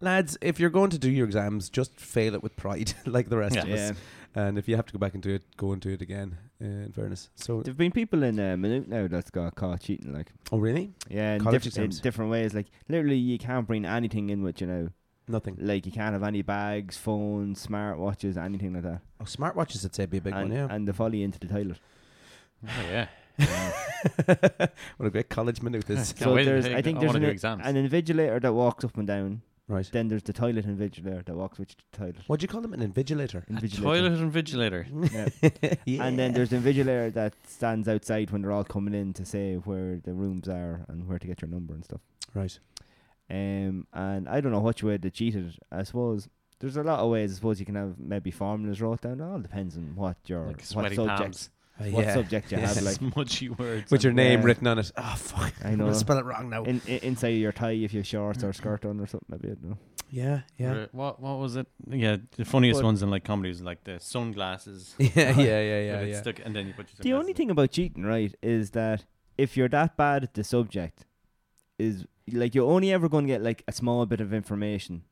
Speaker 2: lads, if you're going to do your exams, just fail it with pride, like the rest of
Speaker 3: Yeah.
Speaker 2: us. And if you have to go back and do it, go and do it again. Uh, in fairness, so
Speaker 1: There've been people in uh, Minute now that's got caught cheating, like
Speaker 2: oh really?
Speaker 1: yeah, in,
Speaker 2: College
Speaker 1: diff- in
Speaker 2: exams.
Speaker 1: different ways. Like literally, you can't bring anything in with you now.
Speaker 2: Nothing.
Speaker 1: Like you can't have any bags, phones, smartwatches, anything like that.
Speaker 2: Oh, smartwatches, I'd say, be a big
Speaker 1: and,
Speaker 2: one, yeah.
Speaker 1: and the folly into the toilet.
Speaker 3: Oh, yeah.
Speaker 2: what a great college minute this.
Speaker 3: Can't wait to
Speaker 1: there's,
Speaker 3: take-
Speaker 1: I think
Speaker 3: I
Speaker 1: there's
Speaker 3: wanna
Speaker 1: an,
Speaker 3: do
Speaker 1: i-
Speaker 3: exams.
Speaker 1: an invigilator that walks up and down.
Speaker 2: right.
Speaker 1: Then there's the toilet invigilator that walks with you to the toilet.
Speaker 2: What do you call them? An invigilator.
Speaker 3: A
Speaker 1: Invigilator.
Speaker 3: toilet invigilator.
Speaker 1: Yeah. And then there's the invigilator that stands outside when they're all coming in to say where the rooms are and where to get your number and stuff.
Speaker 2: Right.
Speaker 1: Um, and I don't know which way they cheated. I suppose there's a lot of ways. I suppose you can have maybe formulas wrote down. It all depends on what your
Speaker 3: Like
Speaker 1: what
Speaker 3: sweaty
Speaker 1: subject
Speaker 3: palms.
Speaker 2: Uh,
Speaker 1: what
Speaker 2: yeah.
Speaker 1: subject you
Speaker 2: Yeah.
Speaker 1: have like.
Speaker 3: Smudgy words.
Speaker 2: With your name
Speaker 1: Yeah.
Speaker 2: written on it. Oh, fuck.
Speaker 1: I
Speaker 2: I'm
Speaker 1: know.
Speaker 2: going to spell it wrong now.
Speaker 1: In, in, inside your tie, if you have shorts
Speaker 2: Mm-hmm.
Speaker 1: or skirt on or something, maybe I don't know.
Speaker 2: yeah, yeah.
Speaker 3: Or What what was it? Yeah, the funniest
Speaker 2: What?
Speaker 3: ones in like comedies like the sunglasses.
Speaker 2: Yeah, yeah, yeah,
Speaker 3: If
Speaker 2: yeah.
Speaker 3: it's
Speaker 2: yeah.
Speaker 3: stuck- and then you put your
Speaker 1: The only
Speaker 3: sunglasses
Speaker 1: thing about cheating, right, is that if you're that bad at the subject, is like you're only ever going to get like a small bit of information,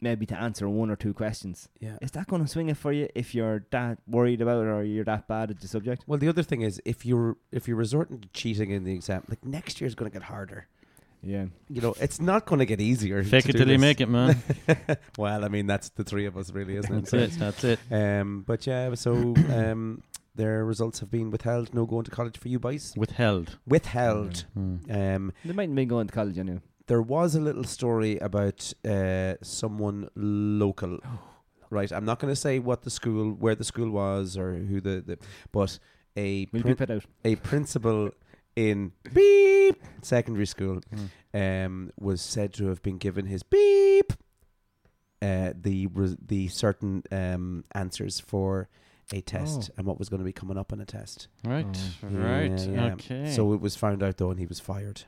Speaker 1: maybe to answer one or two questions.
Speaker 2: yeah.
Speaker 1: Is that going to swing it for you if you're that worried about it or you're that bad at the subject?
Speaker 2: Well, the other thing is, if you're if you're resorting to cheating in the exam, like next year's going to get harder.
Speaker 1: Yeah.
Speaker 2: You know, it's not going to get easier.
Speaker 3: on. Fake it till you make it, man.
Speaker 2: it. well, I mean, that's the three of us, really, isn't it?
Speaker 3: That's it. That's it.
Speaker 2: Um, but yeah, so um, their results have been withheld. No going to college for you, boys.
Speaker 3: Withheld.
Speaker 2: Withheld.
Speaker 3: Mm.
Speaker 2: Um,
Speaker 1: They mightn't be going to college anyway.
Speaker 2: there was a little story about uh, someone local. Right, I'm not going to say what the school, where the school was, or who the, the but a
Speaker 1: We'll
Speaker 2: prin-
Speaker 1: be put out.
Speaker 2: a principal in beep secondary school um, was said to have been given his beep uh, the res- the certain um, answers for a test and what was going to be coming up on a test.
Speaker 3: Right. Right.
Speaker 2: Oh, Yeah, yeah.
Speaker 3: Okay.
Speaker 2: So it was found out though, and he was fired.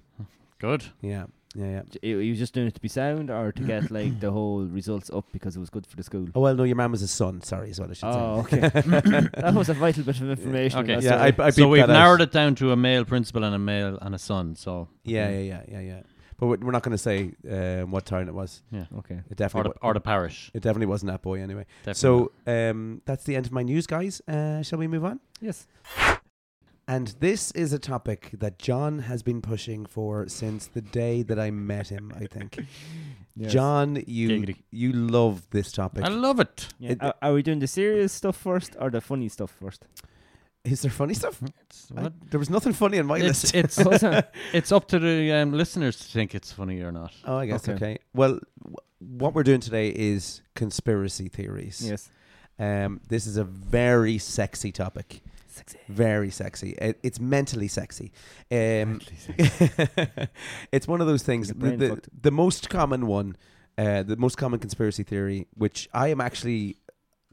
Speaker 3: good.
Speaker 2: Yeah, yeah, yeah.
Speaker 1: J- He he was just doing it to be sound or to get like the whole results up because it was good for the school.
Speaker 2: Oh well, no, your man was his son. Sorry, is what I should
Speaker 1: Oh,
Speaker 2: say.
Speaker 1: okay. that was a vital bit of information.
Speaker 3: Okay.
Speaker 1: that's
Speaker 2: yeah, I,
Speaker 1: all.
Speaker 2: I
Speaker 3: so
Speaker 2: beeped
Speaker 3: we've
Speaker 2: that out.
Speaker 3: narrowed it down to a male principal and a male and a son. So
Speaker 2: Yeah, yeah, yeah, yeah, yeah. But we're we're not going to say um, what town it was.
Speaker 1: okay.
Speaker 2: It
Speaker 3: or
Speaker 2: definitely
Speaker 3: the,
Speaker 2: wa-
Speaker 3: or the parish.
Speaker 2: it definitely wasn't that boy anyway.
Speaker 3: Definitely.
Speaker 2: So um, that's the end of my news, guys. Uh, shall we move on?
Speaker 1: Yes.
Speaker 2: And this is a topic that John has been pushing for since the day that I met him. I think John, you
Speaker 3: Giggity.
Speaker 2: you love this topic.
Speaker 3: I love it.
Speaker 1: Yeah.
Speaker 2: It-
Speaker 1: are, are we doing the serious stuff first or the funny stuff first?
Speaker 2: is there funny stuff?
Speaker 3: It's,
Speaker 2: I-
Speaker 3: what?
Speaker 2: there was nothing funny on my
Speaker 3: It's,
Speaker 2: list.
Speaker 3: it's, it's up to the um, listeners to think it's funny or not.
Speaker 2: oh, I guess okay.
Speaker 1: Okay.
Speaker 2: Well, w- what we're doing today is conspiracy theories.
Speaker 1: yes.
Speaker 2: Um, this is a very sexy topic.
Speaker 1: Sexy.
Speaker 2: Very sexy. It, it's mentally sexy. Um, it's one of those things.
Speaker 1: Like a
Speaker 2: The,
Speaker 1: brain
Speaker 2: the,
Speaker 1: fucked.
Speaker 2: the most common one, uh, the most common conspiracy theory, which I am actually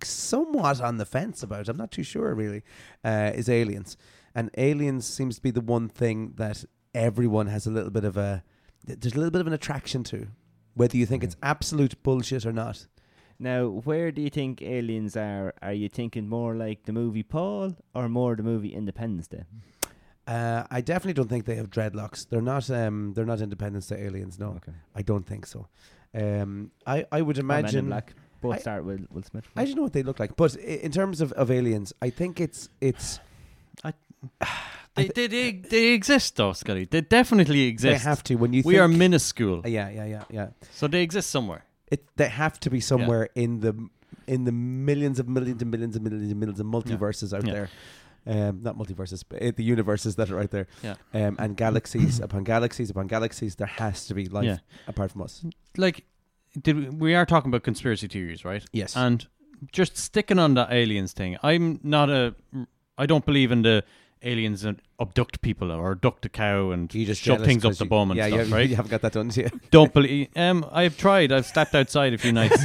Speaker 2: somewhat on the fence about, I'm not too sure really, uh, is aliens. And aliens seems to be the one thing that everyone has a little bit of a, there's a little bit of an attraction to, whether you think it's absolute bullshit or not.
Speaker 1: Now, where do you think aliens are? Are you thinking more like the movie Paul or more the movie Independence Day?
Speaker 2: Uh, I definitely don't think they have dreadlocks. They're not. Um, they're not Independence Day aliens. No,
Speaker 1: Okay.
Speaker 2: I don't think so. Um, I, I would
Speaker 1: Or Men in
Speaker 2: imagine.
Speaker 1: Black. Both
Speaker 2: I-
Speaker 1: start with Will Smith.
Speaker 2: I don't know what they look like, but i- in terms of, of aliens, I think it's it's
Speaker 3: They, they, they, they exist, though, Scotty. They definitely
Speaker 2: they
Speaker 3: exist.
Speaker 2: have to when you
Speaker 3: we
Speaker 2: think,
Speaker 3: are minuscule,
Speaker 2: yeah yeah yeah yeah
Speaker 3: so they exist somewhere.
Speaker 2: It they have to be somewhere in the in the millions of millions and millions and millions and millions of multiverses out
Speaker 3: Yeah.
Speaker 2: there. Um, not multiverses, but uh, the universes that are out there,
Speaker 3: Yeah.
Speaker 2: um, and galaxies upon galaxies upon galaxies. There has to be life
Speaker 3: Yeah.
Speaker 2: apart from us.
Speaker 3: like did we, we are talking about conspiracy theories, right?
Speaker 2: Yes.
Speaker 3: And just sticking on the aliens thing, I'm not a I don't believe in the aliens that abduct people or abduct a cow and
Speaker 2: You just
Speaker 3: shove
Speaker 2: jealous
Speaker 3: things up
Speaker 2: 'cause
Speaker 3: the
Speaker 2: you-
Speaker 3: bum and
Speaker 2: yeah, you
Speaker 3: stuff,
Speaker 2: have-
Speaker 3: right?
Speaker 2: You haven't got that done yet.
Speaker 3: Don't believe. Um, I've tried. I've stepped outside a few nights.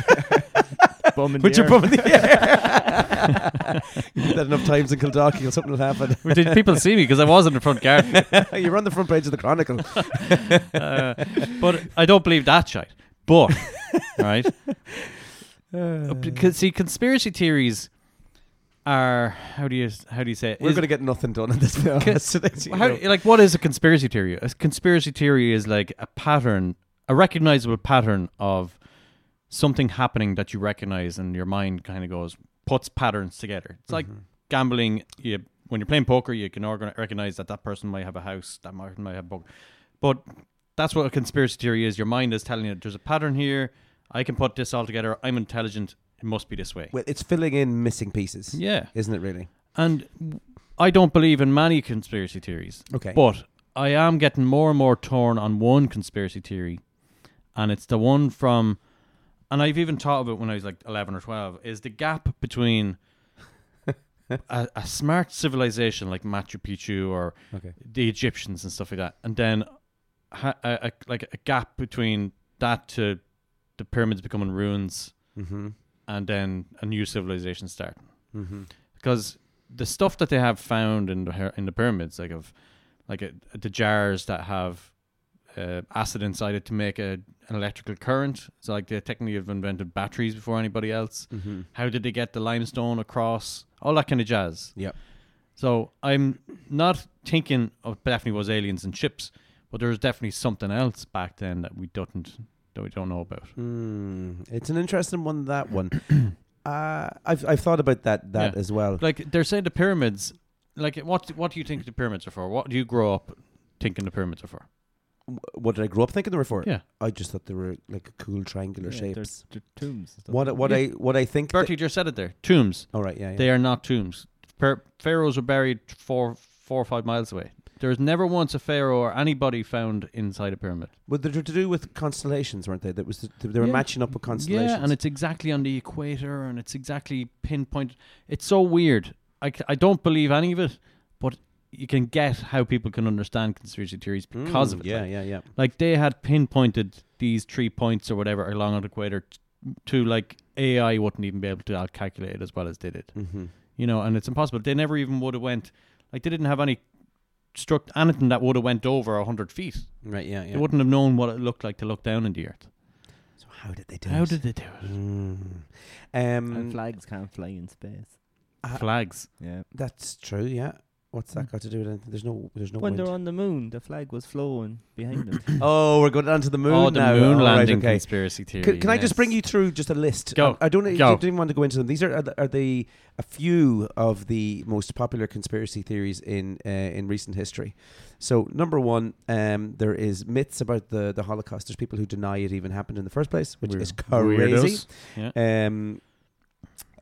Speaker 1: Bum in the
Speaker 2: Put your
Speaker 1: air.
Speaker 2: bum in the air. you did that enough times in Kildare, you'll- something will happen.
Speaker 3: Did people see me because I was in the front garden?
Speaker 2: You're on the front page of the Chronicle.
Speaker 3: Uh, but I don't believe that shit. But right, because see, conspiracy theories are how do you how do you say it?
Speaker 2: We're
Speaker 3: Is-
Speaker 2: going to get nothing done on this podcast today. so you
Speaker 3: How,
Speaker 2: know.
Speaker 3: like, what is a conspiracy theory? A conspiracy theory is like a pattern, a recognizable pattern of something happening that you recognize, and your mind kind of goes puts patterns together. It's
Speaker 2: Mm-hmm.
Speaker 3: like gambling. You when you're playing poker, you can organ- recognize that that person might have a house, that person might have a book, but that's what a conspiracy theory is. Your mind is telling you there's a pattern here. I can put this all together. I'm intelligent. It must be this way.
Speaker 2: Well, it's filling in missing pieces.
Speaker 3: Yeah.
Speaker 2: Isn't it really?
Speaker 3: And I don't believe in many conspiracy theories.
Speaker 2: Okay.
Speaker 3: But I am getting more and more torn on one conspiracy theory. And it's the one from, and I've even thought of it when I was like 11 or 12, is the gap between a, a smart civilization like Machu Picchu or
Speaker 2: Okay.
Speaker 3: the Egyptians and stuff like that, and then ha- a, a, like a gap between that to the pyramids becoming ruins
Speaker 2: Mm-hmm.
Speaker 3: and then a new civilization starting
Speaker 2: Mm-hmm.
Speaker 3: because the stuff that they have found in the her- in the pyramids, like of like uh the jars that have uh, acid inside it to make a, an electrical current. So like they technically have invented batteries before anybody else.
Speaker 2: Mm-hmm.
Speaker 3: How did they get the limestone across? All that kind of jazz.
Speaker 2: Yep.
Speaker 3: So I'm not thinking of definitely was aliens and chips, but there's definitely something else back then that we didn't that we don't know about.
Speaker 2: Mm. It's an interesting one, that one. uh, I've, I've thought about that that
Speaker 3: Yeah.
Speaker 2: as well.
Speaker 3: Like they're saying the pyramids. Like what what do you think the pyramids are for? What do you grow up thinking the pyramids are for?
Speaker 2: W- What did I grow up thinking they were for?
Speaker 3: Yeah.
Speaker 2: I just thought they were like cool triangular
Speaker 1: Yeah,
Speaker 2: shapes.
Speaker 1: there's t- tombs. and stuff.
Speaker 2: What, I- what
Speaker 3: Yeah.
Speaker 2: I what I think. that-
Speaker 3: Bertie just said it there. Tombs.
Speaker 2: All right, yeah, yeah.
Speaker 3: They are not tombs. Per- pharaohs are buried four, four or five miles away. There's never once a pharaoh or anybody found inside a pyramid.
Speaker 2: Well, they were to do with constellations, weren't they? That was th- they were
Speaker 3: Yeah.
Speaker 2: matching up with constellations.
Speaker 3: Yeah, and it's exactly on the equator, and it's exactly pinpointed. It's so weird. I, c- I don't believe any of it, but you can get how people can understand conspiracy theories because of it.
Speaker 2: Mm, Yeah,
Speaker 3: like,
Speaker 2: yeah, yeah.
Speaker 3: like they had pinpointed these three points or whatever along the equator t- to like AI wouldn't even be able to out- calculate it as well as they did.
Speaker 2: Mm-hmm.
Speaker 3: you know, and it's impossible. They never even would have went like they didn't have any struck anything that would have went over hundred feet.
Speaker 2: Right, yeah, yeah.
Speaker 3: They wouldn't have known what it looked like to look down in the earth.
Speaker 2: so how did they do?
Speaker 3: How
Speaker 2: it?
Speaker 3: did they do it?
Speaker 2: Mm.
Speaker 1: And
Speaker 2: Um,
Speaker 1: flags can't fly in space.
Speaker 2: Uh,
Speaker 3: Flags.
Speaker 1: Yeah.
Speaker 2: that's true. Yeah. What's
Speaker 3: Mm.
Speaker 2: that got to do with anything? There's no. There's no.
Speaker 1: When
Speaker 2: wind.
Speaker 1: they're on the moon, the flag was flowing behind them.
Speaker 2: Oh, we're going onto the moon
Speaker 3: oh, the
Speaker 2: now.
Speaker 3: moon
Speaker 2: All right,
Speaker 3: landing
Speaker 2: okay.
Speaker 3: conspiracy theory.
Speaker 2: Can, can I just bring
Speaker 3: yes.
Speaker 2: you through just a list? Um,
Speaker 3: Go.
Speaker 2: I, I don't. I
Speaker 3: Go.
Speaker 2: didn't even want to go into them. These are are the, are the a few of the most popular conspiracy theories in uh, in recent history. So number one, um, there is myths about the the Holocaust. There's people who deny it even happened in the first place, which
Speaker 3: Weird-
Speaker 2: is crazy.
Speaker 3: weirdos. Yeah.
Speaker 2: Um,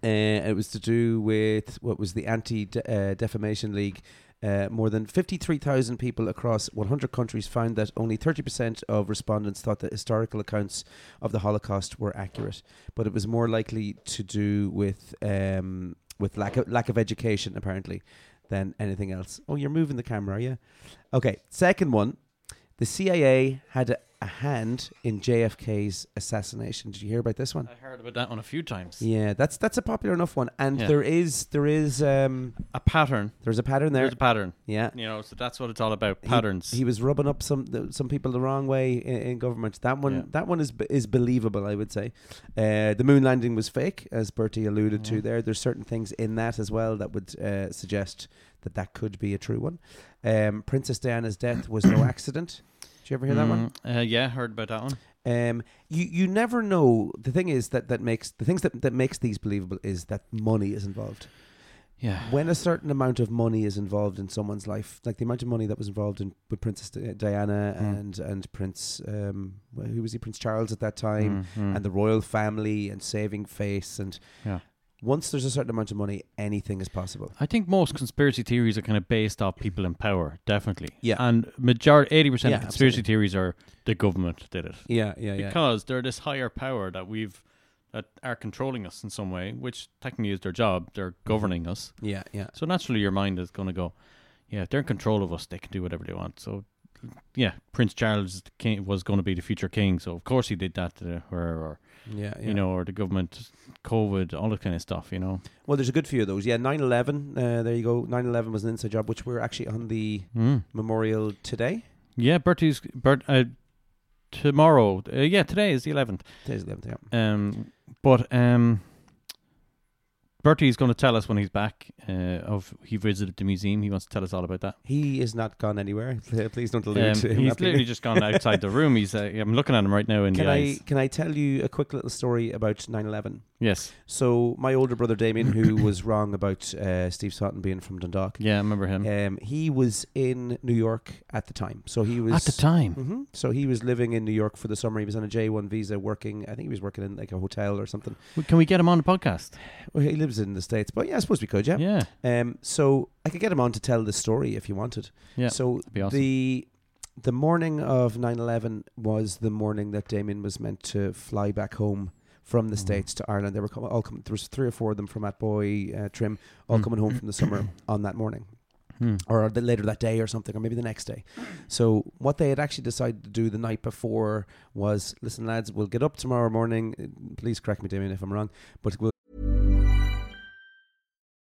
Speaker 2: uh, it was to do with what was the Anti uh, Defamation League. Uh, more than 53,000 people across 100 countries found that only 30% of respondents thought that historical accounts of the Holocaust were accurate, but it was more likely to do with um, with lack of lack of education apparently than anything else. Oh, you're moving the camera, are you? Okay, second one. The CIA had a, a hand in JFK's assassination. Did you hear about this one?
Speaker 3: I heard about that one a few times.
Speaker 2: Yeah, that's that's a popular enough one, and
Speaker 3: Yeah.
Speaker 2: there is there is um
Speaker 3: A pattern.
Speaker 2: there's a pattern there.
Speaker 3: There's a pattern.
Speaker 2: yeah,
Speaker 3: You know, so that's what it's all about.
Speaker 2: He-
Speaker 3: Patterns.
Speaker 2: He was rubbing up some th- some people the wrong way in, in government. That one
Speaker 3: Yeah.
Speaker 2: that one is be- is believable, I would say. Uh, the moon landing was fake, as Bertie alluded to there. There's certain things in that as well that would uh, suggest that that could be a true one. Um, Princess Diana's death was no accident. Did you ever hear that one?
Speaker 3: Mm, uh, yeah, heard about that one.
Speaker 2: Um, you you never know. The thing is that that makes the things that that makes these believable is that money is involved.
Speaker 3: Yeah.
Speaker 2: when a certain amount of money is involved in someone's life, like the amount of money that was involved in with Princess Di- Diana
Speaker 3: Mm.
Speaker 2: and and Prince, um, well, who was he, Prince Charles at that time,
Speaker 3: Mm, mm.
Speaker 2: and the royal family and saving face, and
Speaker 3: Yeah.
Speaker 2: once there's a certain amount of money, anything is possible.
Speaker 3: I think most conspiracy theories are kind of based off people in power, definitely.
Speaker 2: Yeah.
Speaker 3: And majority, 80%
Speaker 2: Yeah,
Speaker 3: of conspiracy
Speaker 2: absolutely.
Speaker 3: theories are the government did it.
Speaker 2: Yeah, yeah, yeah.
Speaker 3: Because they're this higher power that we've, that are controlling us in some way, which technically is their job. They're
Speaker 2: Mm-hmm.
Speaker 3: governing us.
Speaker 2: yeah, yeah.
Speaker 3: So naturally, your mind is going to go, yeah, if they're in control of us, they can do whatever they want. So, yeah, Prince Charles is the king, was going to be the future king. So, of course, he did that to the, or, or
Speaker 2: Yeah, yeah.
Speaker 3: you know, or the government, COVID, all that kind of stuff, you know.
Speaker 2: well, there's a good few of those. Yeah, 9/11. Uh, there you go. 9/11 was an inside job, which we're actually on the
Speaker 3: Mm.
Speaker 2: memorial today.
Speaker 3: Yeah, Bertie's Bert. Uh, tomorrow, uh, yeah, today is the eleventh.
Speaker 2: Today's the 11th. Yeah.
Speaker 3: Um, but um, Bertie's going to tell us when he's back. Uh, of he visited the museum. He wants to tell us all about that.
Speaker 2: He is not gone anywhere. Please don't allude
Speaker 3: Um,
Speaker 2: to him.
Speaker 3: he's
Speaker 2: Happy-
Speaker 3: literally just gone outside the room. He's. Uh, I'm looking at him right now in
Speaker 2: Can
Speaker 3: the
Speaker 2: I
Speaker 3: eyes.
Speaker 2: can I tell you a quick little story about 9/11?
Speaker 3: Yes.
Speaker 2: So my older brother Damien, who was wrong about uh, Steve Sutton being from Dundalk,
Speaker 3: Yeah, I remember him
Speaker 2: um, he was in New York at the time. So he was
Speaker 3: at the time.
Speaker 2: hmm So he was living in New York for the summer. He was on a J one visa, working. I think he was working in like a hotel or something.
Speaker 3: W- Can we get him on the podcast?
Speaker 2: Well, he lives in the states, but yeah, I suppose we could. Yeah.
Speaker 3: Yeah,
Speaker 2: Um. So I could get him on to tell the story if you wanted.
Speaker 3: Yeah,
Speaker 2: So
Speaker 3: be awesome.
Speaker 2: the the morning of 9/11 was the morning that Damien was meant to fly back home from the states to Ireland. They were com- all coming. There was three or four of them from Atboy uh, Trim, all coming home from the summer on that morning,
Speaker 3: Hmm.
Speaker 2: or the, later that day, or something, or maybe the next day. So what they had actually decided to do the night before was, listen, lads, we'll get up tomorrow morning. Uh, Please correct me, Damien, if I'm wrong, but we'll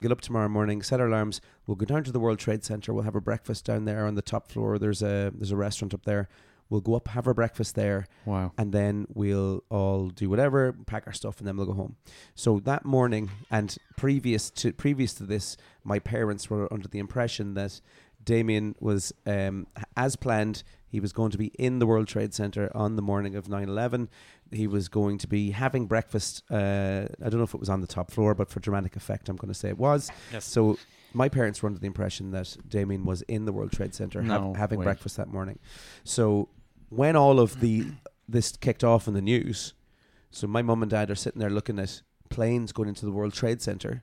Speaker 2: get up tomorrow morning, set our alarms. We'll go down to the World Trade Center. We'll have a breakfast down there on the top floor. There's a there's a restaurant up there. We'll go up, have our breakfast there,
Speaker 3: Wow.
Speaker 2: and then we'll all do whatever, pack our stuff, and then we'll go home. So that morning, and previous to previous to this, my parents were under the impression that Damien was, um, h- as planned, he was going to be in the World Trade Center on the morning of 9-11. He was going to be having breakfast. Uh, I don't know if it was on the top floor, but for dramatic effect, I'm going to say it was.
Speaker 3: Yes.
Speaker 2: So my parents were under the impression that Damien was in the World Trade Center ha-
Speaker 3: No
Speaker 2: having
Speaker 3: way.
Speaker 2: breakfast that morning. So when all of the this kicked off in the news, so my mum and dad are sitting there looking at planes going into the World Trade Center,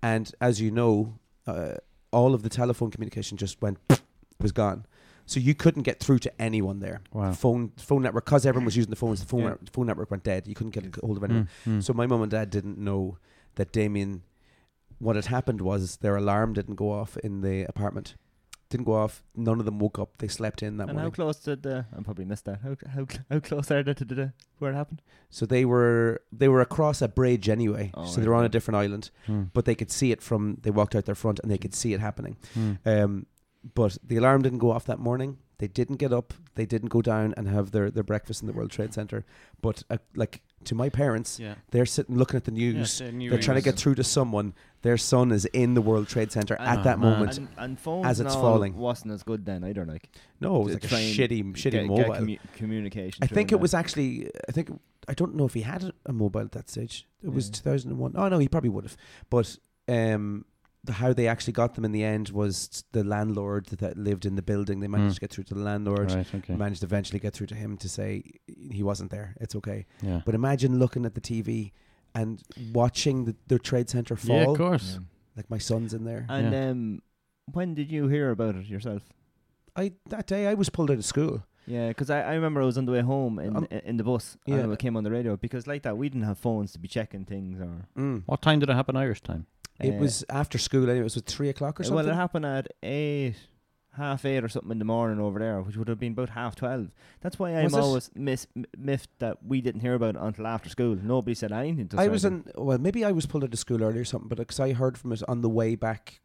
Speaker 2: and as you know, uh, all of the telephone communication just went was gone. So you couldn't get through to anyone there.
Speaker 3: Wow.
Speaker 2: Phone phone network because everyone was using the phones. The phone
Speaker 3: Yeah.
Speaker 1: Hmm.
Speaker 2: net- phone network went dead. You couldn't get a hold of anyone.
Speaker 3: Mm, mm.
Speaker 2: So my mum and dad didn't know that Damien, what had happened was their alarm didn't go off in the apartment. Didn't go off. None of them woke up. They slept in that
Speaker 1: and how
Speaker 2: morning.
Speaker 1: close did the? I probably missed that. How how cl- how close are they to the, the where it happened?
Speaker 2: so they were they were across a bridge anyway.
Speaker 1: Oh,
Speaker 2: so
Speaker 1: right,
Speaker 2: they were on a
Speaker 1: right.
Speaker 2: different island,
Speaker 3: Hmm.
Speaker 2: but they could see it from. They walked out their front and they could see it happening.
Speaker 3: Hmm.
Speaker 2: Um, but the alarm didn't go off that morning. They didn't get up. They didn't go down and have their, their breakfast in the World Trade Center. But uh, like to my parents,
Speaker 3: Yeah. uh,
Speaker 2: they're sitting looking at the news.
Speaker 3: they're
Speaker 2: they're trying to get through to someone. Their son is in the World Trade Center
Speaker 1: And-
Speaker 2: at that
Speaker 3: man.
Speaker 2: moment.
Speaker 1: And, and phones
Speaker 2: as it's
Speaker 1: and all
Speaker 2: falling.
Speaker 1: wasn't as good then either. Like
Speaker 2: no, it was
Speaker 1: to
Speaker 2: like a
Speaker 1: try and
Speaker 2: shitty, shitty
Speaker 1: get- get
Speaker 2: mobile.
Speaker 1: commu- communication.
Speaker 2: I
Speaker 1: through
Speaker 2: think
Speaker 1: and
Speaker 2: it
Speaker 1: that.
Speaker 2: was actually. I think I don't know if he had a mobile at that stage. It was
Speaker 1: Yeah.
Speaker 2: 2001. Oh no, he probably would have. But um, the, how they actually got them in the end was the landlord that lived in the building. They managed
Speaker 3: Mm.
Speaker 2: to get through to the landlord.
Speaker 3: Right, okay.
Speaker 2: managed to eventually get through to him to say he wasn't there. It's okay.
Speaker 3: yeah.
Speaker 2: But imagine looking at the TV and watching the, the trade center fall.
Speaker 3: yeah, of course.
Speaker 2: Like my son's in there.
Speaker 1: And
Speaker 3: Yeah.
Speaker 1: um, when did you hear about it yourself?
Speaker 2: I that day I was pulled out of school.
Speaker 1: Yeah, because I, I remember I was on the way home in
Speaker 2: Um,
Speaker 1: in in the bus.
Speaker 2: yeah.
Speaker 1: and it came on the radio because like that we didn't have phones to be checking things or.
Speaker 3: What time did it happen Irish time?
Speaker 2: It
Speaker 1: uh,
Speaker 2: was after school anyway. It was three o'clock or
Speaker 1: uh,
Speaker 2: something.
Speaker 1: Well, it happened at eight, half eight or something in the morning over there, which would have been about half twelve. That's why I'm
Speaker 2: Was it?
Speaker 1: always miss, m- miffed that we didn't hear about it until after school. Nobody said anything to us.
Speaker 2: I
Speaker 1: or
Speaker 2: was
Speaker 1: anything.
Speaker 2: in. Well, maybe I was pulled out of school early or something, but because I heard from it on the way back,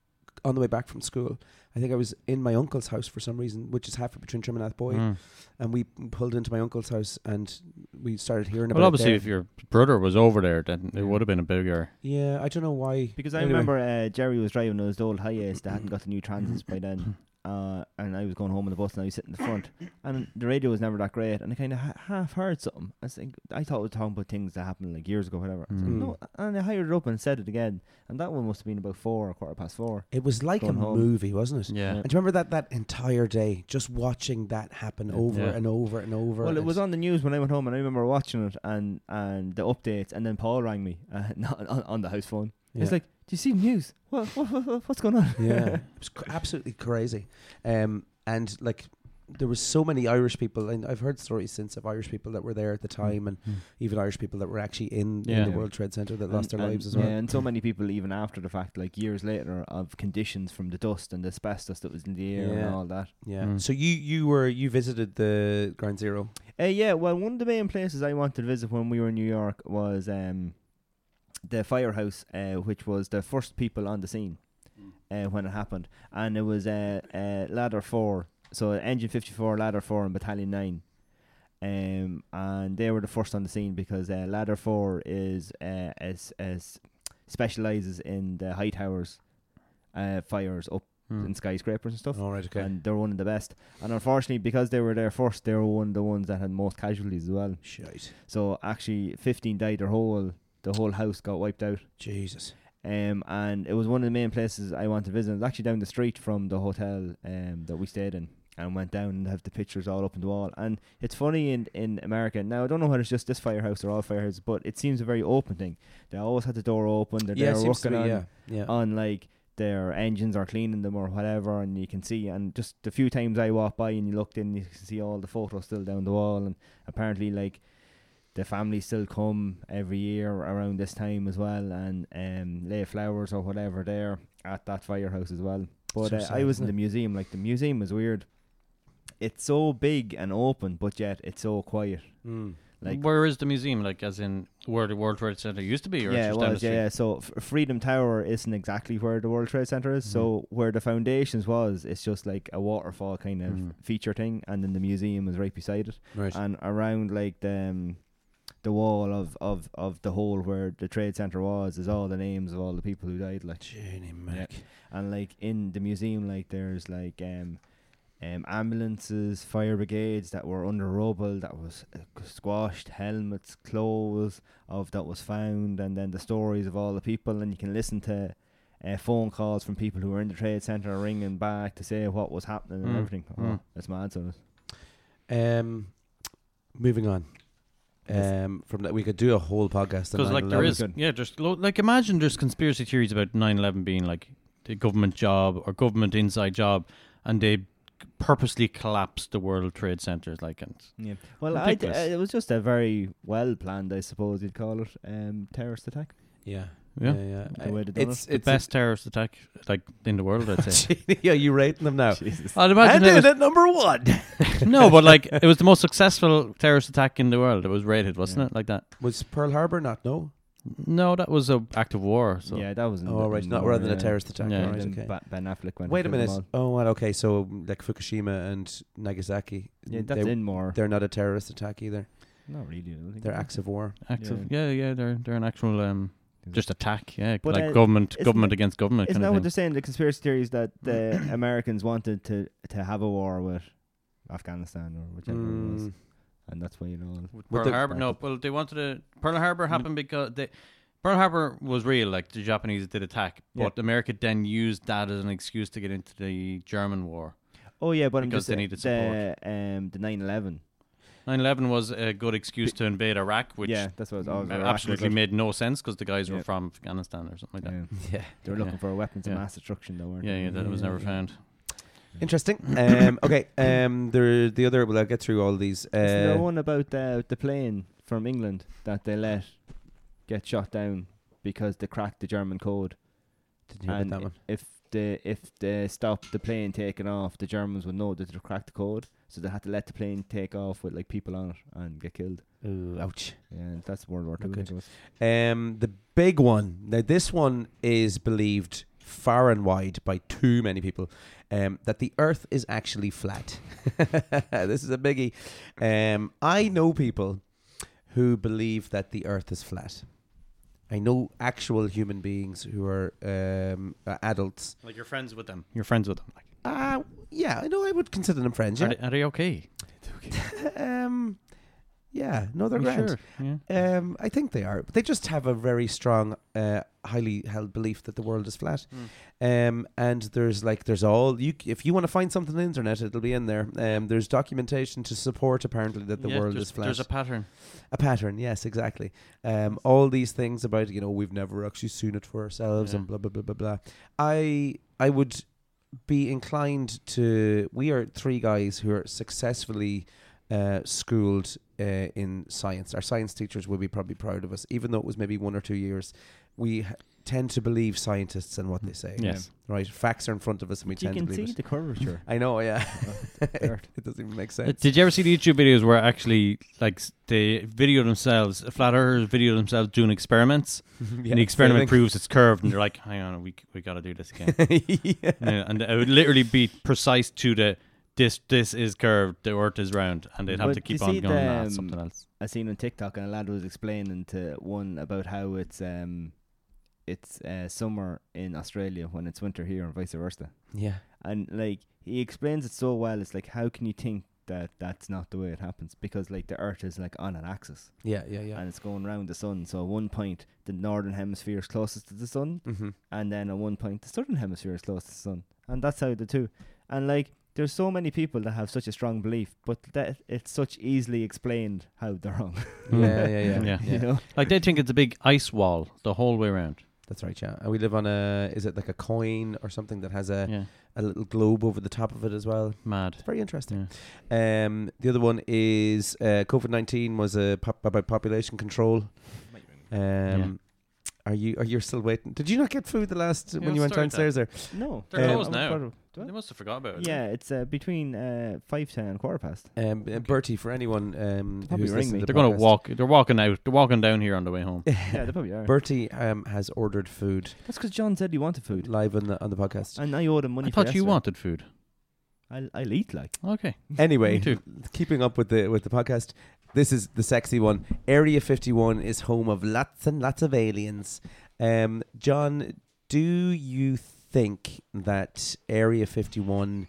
Speaker 2: on the way back from school, I think I was in my uncle's house for some reason, which is halfway between Trimanath Boy,
Speaker 3: Mm.
Speaker 2: and we pulled into my uncle's house and we started hearing about.
Speaker 3: Well, obviously,
Speaker 2: it
Speaker 3: if your brother was over there, then
Speaker 1: Yeah.
Speaker 3: it would have been a bigger.
Speaker 2: there. yeah, I don't know why.
Speaker 1: Because I
Speaker 2: Anyway.
Speaker 1: remember uh, Jerry was driving those old high ace that hadn't got the new transits by then. Uh, and I was going home on the bus and I was sitting in the front. And the radio was never that great. And I kind of ha- half heard something. I was think, I thought it was talking about things that happened like years ago, whatever. I was like,
Speaker 2: Mm.
Speaker 1: no, and I hired it up and said it again. And that one must have been about four or quarter past four.
Speaker 2: it was like a
Speaker 1: Going home.
Speaker 2: movie, wasn't it?
Speaker 3: Yeah.
Speaker 2: And do you remember that that entire day, just watching that happen over
Speaker 3: Yeah.
Speaker 2: and over and over.
Speaker 1: Well,
Speaker 2: and
Speaker 1: it was on the news when I went home and I remember watching it and, and the updates. And then Paul rang me uh, on, on- on the house phone.
Speaker 2: yeah.
Speaker 1: It's like, do you see the news? What, what, what- what, what's going on?
Speaker 2: yeah, it was cr- absolutely crazy. Um, and like there was so many Irish people, and I've heard stories since of Irish people that were there at the time, and even Irish people that were actually in,
Speaker 3: Hmm. Yeah.
Speaker 2: in the World Trade Center that
Speaker 1: And-
Speaker 2: lost their
Speaker 1: and-
Speaker 2: lives as well.
Speaker 1: Yeah, and so many people, even after the fact, like years later, of conditions from the dust and the asbestos that was in the air
Speaker 2: Yeah.
Speaker 1: and all that.
Speaker 2: Yeah.
Speaker 3: Mm.
Speaker 2: So you you were you visited the Ground Zero.
Speaker 1: Uh, yeah, well, one of the main places I wanted to visit when we were in New York was um, the firehouse, uh, which was the first people on the scene uh, when it happened, and it was uh, uh, ladder four, so engine fifty four, ladder four, and battalion nine. Um, and they were the first on the scene because uh, ladder four is uh, as as specializes in the high towers, uh, fires up in skyscrapers and stuff
Speaker 2: All right. Okay.
Speaker 1: and they're one of the best. And unfortunately, because they were there first, they were one of the ones that had most casualties as well.
Speaker 2: Shite.
Speaker 1: So actually, 15 died. Their whole the whole house got wiped out.
Speaker 2: Jesus.
Speaker 1: Um, and it was one of the main places I wanted to visit. It was actually down the street from the hotel um, that we stayed in and went down and have the pictures all up on the wall. And it's funny in, in America, now I don't know whether it's just this firehouse or all firehouses, but it seems a very open thing. They always had the door open, they're
Speaker 2: Yeah. it
Speaker 1: there
Speaker 2: seems to
Speaker 1: working
Speaker 2: be,
Speaker 1: on Uh,
Speaker 2: yeah. Yeah.
Speaker 1: on like their engines are cleaning them or whatever, and you can see. And just the few times I walked by and you looked in, you can see all the photos still down the wall, and apparently like the family still come every year around this time as well, and um, lay flowers or whatever there at that firehouse as well. But
Speaker 2: So
Speaker 1: uh, I
Speaker 2: sad,
Speaker 1: was
Speaker 2: isn't
Speaker 1: in the
Speaker 2: it?
Speaker 1: museum. Like the museum is weird. It's so big and open, but yet it's so quiet.
Speaker 2: Mm.
Speaker 1: Like
Speaker 3: Where is the museum? Like, as in where the World Trade Center used to be, or it's
Speaker 1: yeah, it
Speaker 3: just down
Speaker 1: was,
Speaker 3: the
Speaker 1: yeah,
Speaker 3: street?
Speaker 1: yeah. So F- Freedom Tower isn't exactly where the World Trade Center is. So
Speaker 3: Mm-hmm.
Speaker 1: where the foundations was, it's just like a waterfall kind of
Speaker 3: Mhm.
Speaker 1: feature thing, and then the museum is right beside it,
Speaker 2: Right.
Speaker 1: and around like the um, the wall of, of, of the hole where the Trade Center was is all the names of all the people who died. Like
Speaker 2: Jenny Mac.
Speaker 1: and like in the museum like there's like um um ambulances fire brigades that were under rubble that was uh, squashed helmets clothes of that was found and then the stories of all the people and you can listen to uh, phone calls from people who were in the trade center ringing back to say what was happening and
Speaker 3: Mm,
Speaker 1: everything oh,
Speaker 3: mm.
Speaker 1: that's mad so
Speaker 2: Um, moving on. Um, from that we could do a whole podcast. on
Speaker 3: Because like there
Speaker 2: 9/11.
Speaker 3: is,
Speaker 1: Good.
Speaker 3: yeah, just lo- like imagine there's conspiracy theories about 9/11 being like a government job or government inside job, and they purposely collapsed the World Trade Centers. Like, and
Speaker 1: yeah well I d-
Speaker 3: Ridiculous.
Speaker 1: uh, it was just a very well planned i suppose you'd call it um terrorist attack
Speaker 2: Yeah.
Speaker 3: Yeah.
Speaker 2: yeah.
Speaker 1: The way they done
Speaker 2: It's,
Speaker 1: it.
Speaker 3: The
Speaker 2: it's
Speaker 3: best terrorist attack like in the world, I'd say.
Speaker 2: Genie, are you rating them now?
Speaker 3: I'd
Speaker 2: I
Speaker 3: imagine it
Speaker 2: did
Speaker 3: was-
Speaker 2: at number one.
Speaker 3: no, but like it was the most successful terrorist attack in the world. It was rated, wasn't it? Like that.
Speaker 2: Was Pearl Harbor not? No.
Speaker 3: No, that was a act of war. So
Speaker 1: yeah, that was. in
Speaker 2: Oh,
Speaker 1: the-
Speaker 2: right.
Speaker 1: in
Speaker 2: Not
Speaker 1: the-
Speaker 2: rather than a
Speaker 1: yeah.
Speaker 2: terrorist attack.
Speaker 3: Yeah.
Speaker 2: all right,
Speaker 1: Then
Speaker 2: okay.
Speaker 1: Ba- Ben Affleck went.
Speaker 2: Wait a
Speaker 1: and
Speaker 2: minute.
Speaker 1: killed them
Speaker 2: Oh, well, okay. So, mm, like Fukushima and Nagasaki,
Speaker 1: all. Yeah,
Speaker 2: mm,
Speaker 1: that's
Speaker 2: they,
Speaker 1: in more.
Speaker 2: they're not a terrorist attack either.
Speaker 1: Not really. I don't think
Speaker 2: They're acts of war.
Speaker 3: acts of yeah, yeah. They're they're an actual um, just attack. Yeah,
Speaker 1: But,
Speaker 3: like
Speaker 1: uh,
Speaker 3: government
Speaker 1: isn't
Speaker 3: government
Speaker 1: it-
Speaker 3: against government
Speaker 1: Isn't
Speaker 3: kind
Speaker 1: that
Speaker 3: of
Speaker 1: what
Speaker 3: thing.
Speaker 1: they're saying? The conspiracy theories that the Americans wanted to to have a war with Afghanistan or whichever it was,
Speaker 2: Mm,
Speaker 1: and that's why you know.
Speaker 3: Pearl
Speaker 2: the-
Speaker 3: Harbor. No, well, they wanted to. Pearl Harbor happened because they. Pearl Harbor was real, like the Japanese did attack,
Speaker 1: Yeah.
Speaker 3: but America then used that as an excuse to get into the German war.
Speaker 1: Oh yeah, but I'm
Speaker 3: Because
Speaker 1: just
Speaker 3: they
Speaker 1: saying
Speaker 3: needed
Speaker 1: the um the 9/11.
Speaker 3: 9-11 was a good excuse to invade Iraq, which
Speaker 1: yeah, that's what I was. I was
Speaker 3: a-
Speaker 1: Iraq was
Speaker 3: absolutely
Speaker 1: like-
Speaker 3: made no sense because the guys
Speaker 1: Yeah.
Speaker 3: were from Afghanistan or something like that.
Speaker 1: Yeah.
Speaker 2: yeah.
Speaker 1: They were looking
Speaker 3: Yeah.
Speaker 1: for weapons of
Speaker 3: Yeah.
Speaker 1: mass destruction, though, weren't
Speaker 3: Yeah, yeah,
Speaker 1: they?
Speaker 3: that was never found.
Speaker 2: Interesting. Um, okay. Um, there, the other. Well, I'll get through all these.
Speaker 1: Is there
Speaker 2: Uh,
Speaker 1: one about uh, the plane from England that they let get shot down because they cracked the German code?
Speaker 2: didn't hear about
Speaker 1: and
Speaker 2: that one.
Speaker 1: If they if they stopped the plane taking off, the Germans would know that they cracked the code, so they had to let the plane take off with like people on it and get killed.
Speaker 2: Ooh, ouch.
Speaker 1: Yeah, and that's World War Two. I
Speaker 2: Okay.
Speaker 1: think it was.
Speaker 2: Um, the big one. Now, this one is believed far and wide by too many people um, that the Earth is actually flat. this is a biggie. Um, I know people who believe that the Earth is flat. I know actual human beings who are um, uh, adults.
Speaker 3: Like you're friends with them. You're friends with them. Like,
Speaker 2: Uh, yeah, I know I would consider them friends.
Speaker 3: are,
Speaker 2: Yeah.
Speaker 3: they, are they okay?
Speaker 2: um, yeah, no, they're
Speaker 3: Are you
Speaker 2: grand.
Speaker 3: sure? Yeah.
Speaker 2: Um, I think they are. But they just have a very strong, uh, highly held belief that the world is flat.
Speaker 3: Hmm.
Speaker 2: Um, and there's like there's all you. c- If you want to find something on the internet, it'll be in there. Um, there's documentation to support apparently that the
Speaker 3: Yeah,
Speaker 2: world
Speaker 3: there's-
Speaker 2: is flat.
Speaker 3: There's a pattern.
Speaker 2: A pattern, yes, exactly. Um, all these things about you know we've never actually seen it for ourselves
Speaker 3: Yeah.
Speaker 2: and blah blah blah blah blah. I I would be inclined to. We are three guys who are successfully uh, schooled uh, in science. Our science teachers will be probably proud of us, even though it was maybe one or two years. We h- tend to believe scientists and what they say.
Speaker 3: Mm, Yes.
Speaker 2: Right, facts are in front of us, and we
Speaker 1: You
Speaker 2: tend to
Speaker 1: can see
Speaker 2: believe it.
Speaker 1: the curvature.
Speaker 2: I know, yeah.
Speaker 1: Fair.
Speaker 2: it doesn't even make
Speaker 3: Uh,
Speaker 2: sense.
Speaker 3: Did you ever see the YouTube videos where actually like s- they video themselves, flat earthers video themselves doing experiments,
Speaker 2: Yeah,
Speaker 3: and the experiment
Speaker 2: saving-
Speaker 3: proves it's curved, and they're like, "Hang on, we we got to do this again."
Speaker 2: yeah.
Speaker 3: Yeah, and it would literally be precise to the this this is curved, the Earth is round, and they'd have
Speaker 1: But
Speaker 3: to
Speaker 1: do you
Speaker 3: keep on
Speaker 1: see
Speaker 3: going.
Speaker 1: the,
Speaker 3: "Nah, it's
Speaker 1: um,
Speaker 3: something else.
Speaker 1: I seen on TikTok and a lad was explaining to one about how it's um it's uh, summer in Australia when it's winter here and vice versa.
Speaker 2: Yeah.
Speaker 1: And like he explains it so well, it's like how can you think that that's not the way it happens because like the Earth is like on an axis
Speaker 2: Yeah, yeah, yeah.
Speaker 1: and it's going round the sun. So at one point the northern hemisphere is closest to the sun,
Speaker 2: Mm-hmm.
Speaker 1: and then at one point the southern hemisphere is close to the sun, and that's how the two. And like, there's so many people that have such a strong belief, but that it's such easily explained how they're wrong.
Speaker 2: Yeah, yeah, yeah.
Speaker 3: Yeah.
Speaker 1: you know,
Speaker 3: Like they think it's a big ice wall the whole way around.
Speaker 2: That's right, yeah. And we live on a is it like a coin or something that has a,
Speaker 3: Yeah,
Speaker 2: a little globe over the top of it as well?
Speaker 3: mad.
Speaker 2: It's very interesting. Um, the other one is uh, COVID nineteen was a pop- about population control. Um, Are you are you still waiting? Did you not get food the last when you
Speaker 3: I
Speaker 2: went
Speaker 3: started
Speaker 2: downstairs there?
Speaker 1: no,
Speaker 3: They're
Speaker 2: Um,
Speaker 3: closed now.
Speaker 1: Quarter- do
Speaker 3: They must have forgot
Speaker 1: I-
Speaker 3: about it.
Speaker 1: Yeah, it's uh, between uh, five ten and quarter past.
Speaker 2: Um, uh, Bertie, for anyone um,
Speaker 1: Probably
Speaker 2: who's
Speaker 1: ring
Speaker 2: listening
Speaker 1: me.
Speaker 2: to the
Speaker 3: they're going
Speaker 2: podcast,
Speaker 3: to walk. They're walking out. They're walking down here on the way home.
Speaker 1: Yeah, they probably are.
Speaker 2: Bertie um, has ordered food
Speaker 1: That's because John said he wanted food,
Speaker 2: live on the on the podcast.
Speaker 1: and I owed him money.
Speaker 3: I thought
Speaker 1: for
Speaker 3: you
Speaker 1: yesterday.
Speaker 3: wanted food.
Speaker 1: I'll, I'll eat like.
Speaker 3: Okay.
Speaker 2: Anyway,
Speaker 3: Me too.
Speaker 2: keeping up with the with the podcast, this is the sexy one. Area 51 is home of lots and lots of aliens. Um, John, do you think that Area 51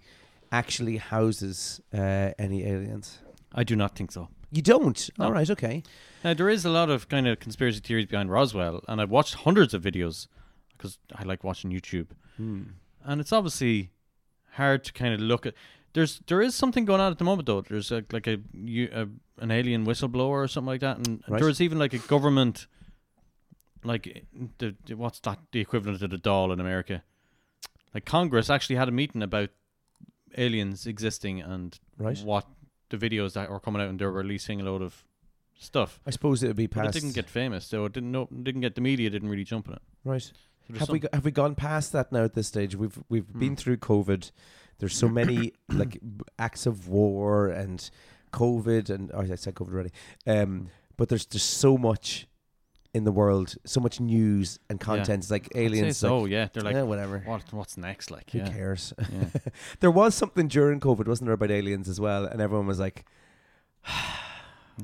Speaker 2: actually houses uh, any aliens?
Speaker 3: I do not think so.
Speaker 2: You don't.
Speaker 3: No.
Speaker 2: All right, okay.
Speaker 3: Now there is a lot of kind of conspiracy theories behind Roswell, and I've watched hundreds of videos because I like watching YouTube.
Speaker 2: Hmm,
Speaker 3: And it's obviously hard to kind of look at. There's there is something going on at the moment though. There's a, like a, you- a an alien whistleblower or something like that, and
Speaker 2: Right.
Speaker 3: there is even like a government, like the, the- what's that the equivalent of the doll in America? Like Congress actually had a meeting about aliens existing and
Speaker 2: Right.
Speaker 3: what the videos that were coming out, and they're releasing a load of stuff.
Speaker 2: I suppose it would be
Speaker 3: But
Speaker 2: past.
Speaker 3: it didn't get famous, so it didn't. No, didn't get the media. Didn't really jump on it.
Speaker 2: right.
Speaker 3: So there's
Speaker 2: Have we
Speaker 3: some- Hmm.
Speaker 2: go- have we gone past that now at this stage? We've we've been through COVID. There's so many like b- acts of war and COVID and oh, I said COVID already.
Speaker 3: Hmm.
Speaker 2: Um, but there's just so much in the world, so much news and content. It's like
Speaker 3: I'd say
Speaker 2: aliens. like,
Speaker 3: so yeah, they're like,
Speaker 2: "Eh, whatever.
Speaker 3: what? What's next? Like,
Speaker 2: Who
Speaker 3: yeah.
Speaker 2: cares?
Speaker 3: yeah.
Speaker 2: There was something during COVID, wasn't there, about aliens as well? And everyone was like,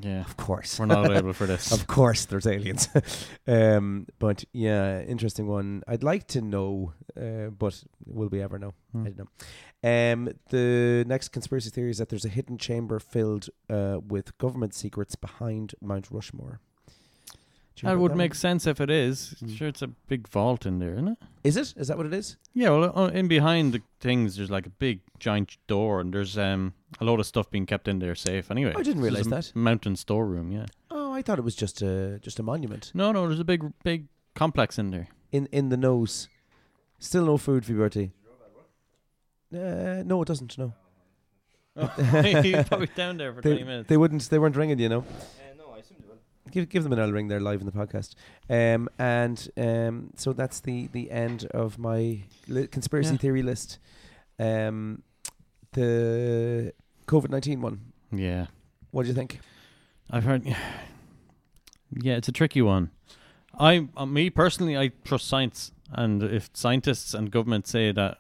Speaker 3: yeah.
Speaker 2: "Of course,
Speaker 3: We're not able for this.
Speaker 2: of course, there's aliens." um, but yeah, interesting one. I'd like to know, uh, but will we ever know?
Speaker 3: Hmm.
Speaker 2: I don't know. Um, the next conspiracy theory is that there's a hidden chamber filled uh, with government secrets behind Mount Rushmore. Do you know
Speaker 3: That
Speaker 2: about
Speaker 3: would
Speaker 2: one?
Speaker 3: make sense if it is.
Speaker 2: Mm.
Speaker 3: Sure, it's a big vault in there, isn't it?
Speaker 2: Is it? Is that what it is?
Speaker 3: Yeah, well, uh, in behind the things, there's like a big giant door, and there's um a lot of stuff being kept in there safe anyway.
Speaker 2: I didn't
Speaker 3: It's
Speaker 2: realise
Speaker 3: just a m-
Speaker 2: that.
Speaker 3: Mountain storeroom, yeah.
Speaker 2: Oh, I thought it was just a just a monument
Speaker 3: No, no, there's a big, big complex in there.
Speaker 2: in in the nose. Still no food for Bertie. Uh, no, it doesn't. No.
Speaker 3: You're probably down there for 20 minutes.
Speaker 2: They wouldn't. They weren't ringing. You know. Give, give them an I'll ring. They're live in the podcast. Um, and um, so that's the the end of my li- conspiracy
Speaker 3: Yeah.
Speaker 2: theory list. Um, the COVID nineteen one.
Speaker 3: yeah,
Speaker 2: What do you think?
Speaker 3: I've heard. Yeah, it's a tricky one. I, uh, me personally, I trust science, and if scientists and government say that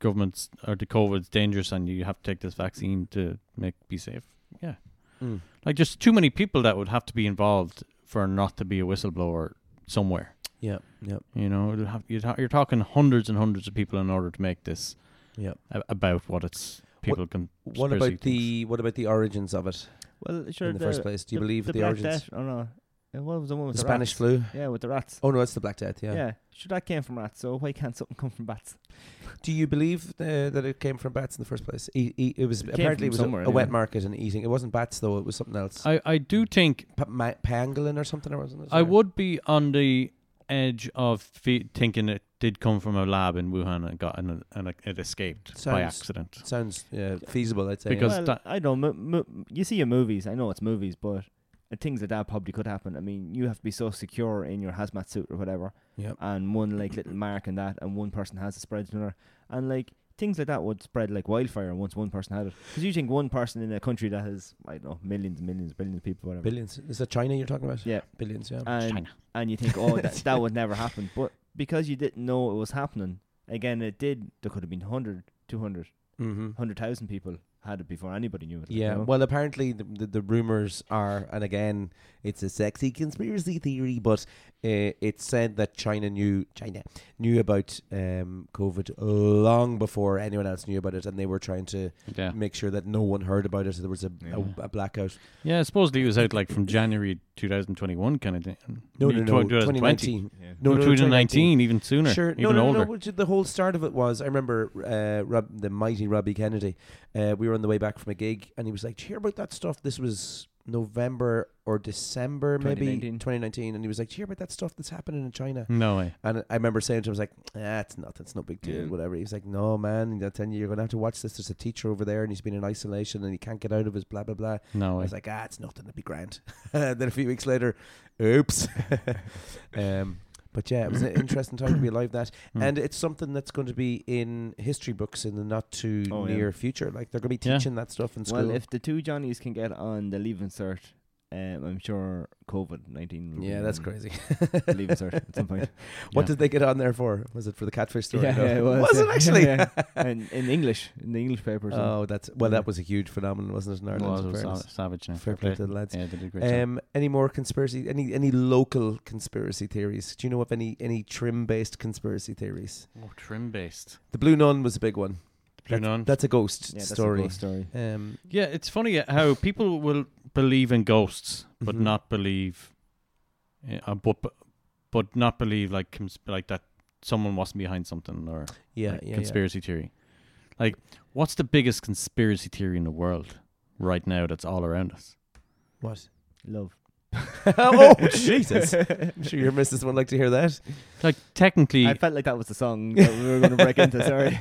Speaker 3: governments or the COVID's dangerous and you have to take this vaccine to make be safe, yeah,
Speaker 2: Mm.
Speaker 3: like just too many people that would have to be involved for not to be a whistleblower somewhere.
Speaker 2: Yeah. Yeah.
Speaker 3: You know, it'll have, you'd ha- you're talking hundreds and hundreds of people in order to make this
Speaker 2: Yeah.
Speaker 3: a- about what it's people can.
Speaker 2: What about the what about the origins of it
Speaker 1: Well, sure.
Speaker 2: in the, first place? Do you believe the,
Speaker 1: Black
Speaker 2: origins?
Speaker 1: Death- oh no, Uh, what was the one
Speaker 2: The
Speaker 1: with the,
Speaker 2: Spanish
Speaker 1: rats?
Speaker 2: flu.
Speaker 1: Yeah, with the rats.
Speaker 2: Oh no, it's the Black Death.
Speaker 1: yeah.
Speaker 2: Yeah.
Speaker 1: sure that came from rats. So why can't something come from bats?
Speaker 2: Do you believe uh, that it came from bats in the first place? E- e- it was
Speaker 1: It came
Speaker 2: apparently it
Speaker 1: from
Speaker 2: was a,
Speaker 1: somewhere,
Speaker 2: a wet
Speaker 1: anyway.
Speaker 2: market and eating. It wasn't bats though. It was something else.
Speaker 3: I, I do think
Speaker 2: pa- ma- pangolin or something, or wasn't it?
Speaker 3: I
Speaker 2: Or-
Speaker 3: would be on the edge of fe- thinking it did come from a lab in Wuhan and got and, and it escaped by
Speaker 2: Sounds-
Speaker 3: accident.
Speaker 2: Sounds yeah, feasible. I'd say
Speaker 3: Because
Speaker 1: well,
Speaker 3: that-
Speaker 1: I don't. Mo- mo- you see in movies. I know it's movies, but uh, things like that probably could happen. I mean, you have to be so secure in your hazmat suit or whatever,
Speaker 2: yeah.
Speaker 1: and one like little mark and that, and one person has it spreads to another, and like things like that would spread like wildfire once one person had it. Because you think one person in a country that has I don't know millions, millions, billions of people, whatever.
Speaker 2: billions. Is that China you're talking about?
Speaker 1: Yeah. Uh,
Speaker 2: billions. Yeah,
Speaker 1: and
Speaker 3: China.
Speaker 1: and you think, oh, that, that would never happen. But because you didn't know it was happening, again, it did. There could have been 100, 200,
Speaker 2: mm-hmm.
Speaker 1: 100,000 people had it before anybody knew it. like, you
Speaker 2: yeah.
Speaker 1: know?
Speaker 2: Well, apparently the, the the rumors are, and again, it's a sexy conspiracy theory, but uh, it's said that China knew China knew about um, COVID long before anyone else knew about it, and they were trying to
Speaker 3: Yeah,
Speaker 2: make sure that no one heard about it. So there was a, a-
Speaker 3: Yeah.
Speaker 2: a, blackout.
Speaker 3: yeah. Supposedly it was out like from January 2021 kind of thing.
Speaker 2: No,
Speaker 3: Maybe
Speaker 2: no, no.
Speaker 3: 20- 2020.
Speaker 2: 2019.
Speaker 1: Yeah.
Speaker 3: Mm, No, 2019, even sooner,
Speaker 2: Sure.
Speaker 3: even
Speaker 2: no, no,
Speaker 3: older.
Speaker 2: no, no. which- The whole start of it was I remember uh, Rob, the mighty Robbie Kennedy. Uh, we were on the way back from a gig, and he was like, "Do you hear about that stuff?" This was November or December, maybe
Speaker 1: 2019.
Speaker 2: 2019, and he was like, "Do you hear about that stuff that's happening in China?"
Speaker 3: No way.
Speaker 2: And I remember saying to him, I was like, ah, it's nothing, it's no big deal,
Speaker 1: Yeah.
Speaker 2: whatever. He was like, no, man, I'm telling you, you're going to have to watch this. There's a teacher over there and he's been in isolation and he can't get out of his blah, blah, blah.
Speaker 3: No
Speaker 2: I
Speaker 3: way.
Speaker 2: was like, ah, it's nothing, it'd be grand. then a few weeks later, oops. um, but yeah, it was an interesting time to be alive that.
Speaker 3: Mm.
Speaker 2: And it's something that's going to be in history books in the not too
Speaker 1: Oh, yeah.
Speaker 2: near future. Like, they're going to be
Speaker 3: Yeah.
Speaker 2: teaching that stuff in school.
Speaker 1: well, if the two Johnnies can get on the leaving cert, um, I'm sure COVID 19.
Speaker 2: yeah, that's crazy.
Speaker 1: Leaving cert at some point.
Speaker 2: What
Speaker 3: Yeah.
Speaker 2: did they get on there for? Was it for the catfish story?
Speaker 1: Yeah,
Speaker 2: No.
Speaker 1: yeah, it was, yeah.
Speaker 2: it actually?
Speaker 1: Yeah. and in English, in the English papers. and-
Speaker 2: Oh, that's well. That
Speaker 1: Yeah.
Speaker 2: was a huge phenomenon, wasn't it? In
Speaker 3: Well,
Speaker 2: Ireland,
Speaker 3: it
Speaker 2: in
Speaker 3: was
Speaker 2: fairness?
Speaker 3: sa- savage now.
Speaker 2: Fair play to the lads.
Speaker 3: Yeah, they did a great job.
Speaker 2: Um, any more conspiracy? Any any local conspiracy theories? Do you know of any any trim based conspiracy theories?
Speaker 3: Oh, trim based.
Speaker 2: The blue nun was a big one.
Speaker 3: Blue
Speaker 2: that's,
Speaker 3: nun.
Speaker 2: That's a ghost
Speaker 1: yeah, that's
Speaker 2: story.
Speaker 1: a ghost story.
Speaker 2: Um,
Speaker 3: Yeah, it's funny how people will believe in ghosts but
Speaker 2: Mhm.
Speaker 3: not believe, yeah, uh, but but not believe like cons- like that someone wasn't behind something or
Speaker 2: yeah,
Speaker 3: like,
Speaker 2: yeah,
Speaker 3: conspiracy theory. Like, what's the biggest conspiracy theory in the world right now that's all around us?
Speaker 2: yeah. What?
Speaker 1: Love.
Speaker 2: oh Jesus! I'm sure your missus would like to hear that.
Speaker 3: Like technically,
Speaker 1: I felt like that was the song that we were going to break into. Sorry.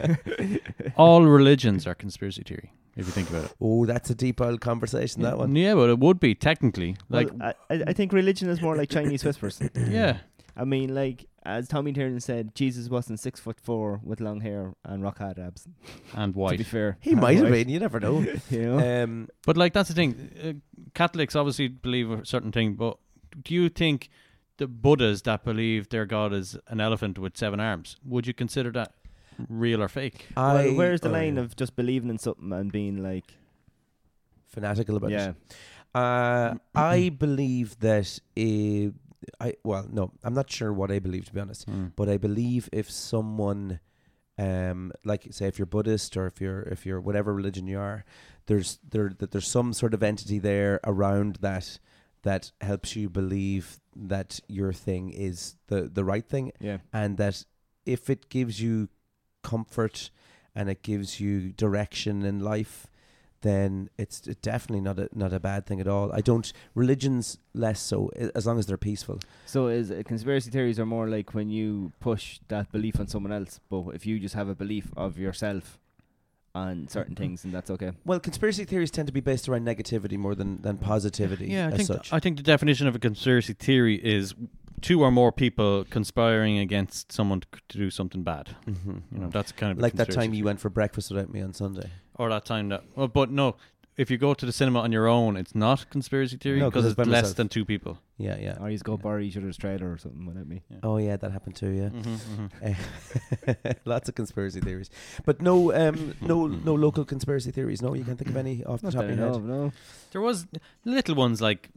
Speaker 3: all religions are conspiracy theory if you think about it.
Speaker 2: Oh, that's a deep old conversation. That one.
Speaker 3: Yeah, but it would be technically like
Speaker 1: Like I, I think religion is more like Chinese whispers.
Speaker 3: yeah.
Speaker 1: I mean, like as Tommy Tiernan said, Jesus wasn't six foot four with long hair and rock hard abs.
Speaker 3: And
Speaker 1: To be
Speaker 3: white,
Speaker 1: fair,
Speaker 2: He might have
Speaker 1: Right.
Speaker 2: been. You never know.
Speaker 1: You know?
Speaker 2: Um,
Speaker 3: but like that's the thing. Uh, Catholics obviously believe a certain thing, but do you think the Buddhas that believe their god is an elephant with seven arms would you consider that real or fake?
Speaker 2: I,
Speaker 1: Well, where's the
Speaker 2: oh,
Speaker 1: line
Speaker 2: yeah.
Speaker 1: of just believing in something and being like,
Speaker 2: fanatical about
Speaker 1: yeah,
Speaker 2: it? Uh, I believe that uh, I well, no, I'm not sure what I believe to be honest, but I believe if someone, um, like say if you're Buddhist or if you're if you're whatever religion you are, there's there that there's some sort of entity there around that that helps you believe that your thing is the the right thing
Speaker 1: yeah,
Speaker 2: and that if it gives you comfort and it gives you direction in life then it's d- definitely not a not a bad thing at all i don't religions less so a- as long as they're peaceful
Speaker 1: So is uh, conspiracy theories are more like when you push that belief on someone else, but if you just have a belief of yourself on certain
Speaker 2: Mm-hmm.
Speaker 1: things, and that's okay.
Speaker 2: well conspiracy theories tend to be based around negativity more than than positivity
Speaker 3: Yeah, I
Speaker 2: as
Speaker 3: think
Speaker 2: such
Speaker 3: I think the definition of a conspiracy theory is two or more people conspiring against someone to to do something bad.
Speaker 2: Mhm.
Speaker 3: Mm-hmm, You know, that's kind of a
Speaker 2: like that
Speaker 3: conspiracy
Speaker 2: time you went for breakfast without me on sunday
Speaker 3: or that time that. Well, but no, if you go to the cinema on your own, it's not conspiracy theory
Speaker 2: No, 'cause
Speaker 3: because
Speaker 2: it's
Speaker 3: it's
Speaker 2: by
Speaker 3: less
Speaker 2: myself.
Speaker 3: than two people.
Speaker 2: yeah yeah
Speaker 1: Or you just go borrow each other's trailer or something without me.
Speaker 2: oh yeah that happened too
Speaker 3: Mm.
Speaker 2: yeah Eh, lots of conspiracy theories but no um no
Speaker 3: Mm-hmm.
Speaker 2: no local conspiracy theories no you can't think of any off the
Speaker 1: Not
Speaker 2: top
Speaker 1: that
Speaker 2: of
Speaker 1: I
Speaker 2: your
Speaker 1: know
Speaker 2: head
Speaker 1: of, no.
Speaker 3: There was little ones like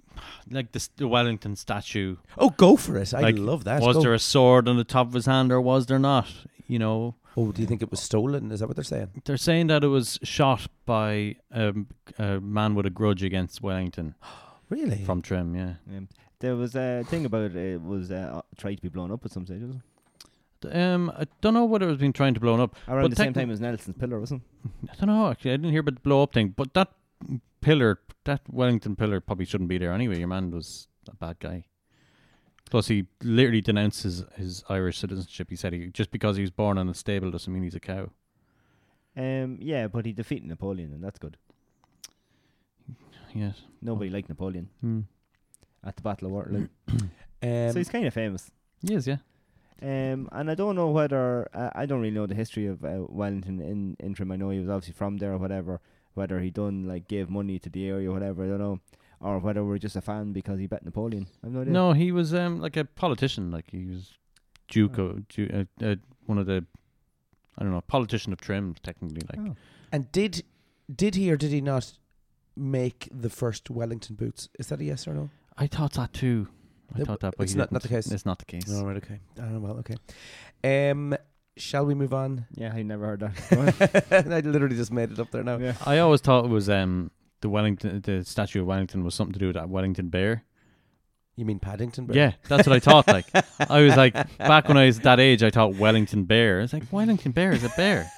Speaker 3: like this, the Wellington statue.
Speaker 2: Oh, go for it! I
Speaker 3: Like,
Speaker 2: love that.
Speaker 3: Was
Speaker 2: Go.
Speaker 3: there a sword on the top of his hand or was there not? You know,
Speaker 2: oh, do you think it was stolen? Is that what they're saying?
Speaker 3: they're saying that it was shot by um, a man with a grudge against Wellington
Speaker 2: Really?
Speaker 3: from Trim. Yeah.
Speaker 1: Um, there was a thing about it was uh, tried to be blown up at some stage. Wasn't
Speaker 3: Um, I don't know whether it was being trying to blown up.
Speaker 1: it? Around
Speaker 3: but
Speaker 1: the same
Speaker 3: techni-
Speaker 1: time as Nelson's pillar, wasn't? it?
Speaker 3: I don't know. Actually, I didn't hear about the blow up thing, but that pillar, that Wellington pillar, probably shouldn't be there anyway. Your man was a bad guy. Plus, he literally denounces his Irish citizenship. He said he just because he was born on a stable doesn't mean he's a cow.
Speaker 1: Um, yeah, but he defeated Napoleon, and that's good.
Speaker 3: Yes.
Speaker 1: Nobody liked Napoleon
Speaker 3: Hmm.
Speaker 1: at the Battle of Waterloo,
Speaker 2: Um,
Speaker 1: so he's kind of famous.
Speaker 3: Yes. Yeah.
Speaker 1: Um, and I don't know whether uh, I don't really know the history of uh, Wellington in interim. I know he was obviously from there or whatever. Whether he done like gave money to the area or whatever, I don't know, or whether we're just a fan because he bet Napoleon. I've
Speaker 2: uh,
Speaker 1: no idea.
Speaker 3: No, he was um like a politician. Like he was Duke, of- Ju- uh, uh, one of the I don't know politician of Trim technically. Like
Speaker 1: Oh.
Speaker 2: and did did he or did he not make the first Wellington boots? Is that a yes or no?
Speaker 3: I thought that too. I
Speaker 2: That-
Speaker 3: thought that, but
Speaker 2: it's
Speaker 3: he
Speaker 2: not- not
Speaker 3: didn't.
Speaker 2: the case.
Speaker 3: It's not the case.
Speaker 2: All right, okay. Ah, well, okay. Um, shall we move on?
Speaker 1: Yeah, I never heard that. Go on.
Speaker 2: I literally just made it up there now.
Speaker 1: yeah.
Speaker 3: I always thought it was um the Wellington the statue of Wellington was something to do with that Wellington bear.
Speaker 2: You mean Paddington? Bear?
Speaker 3: Yeah, that's what I thought. Like I was like back when I was that age, I thought Wellington bear. It's like Wellington bear is a bear.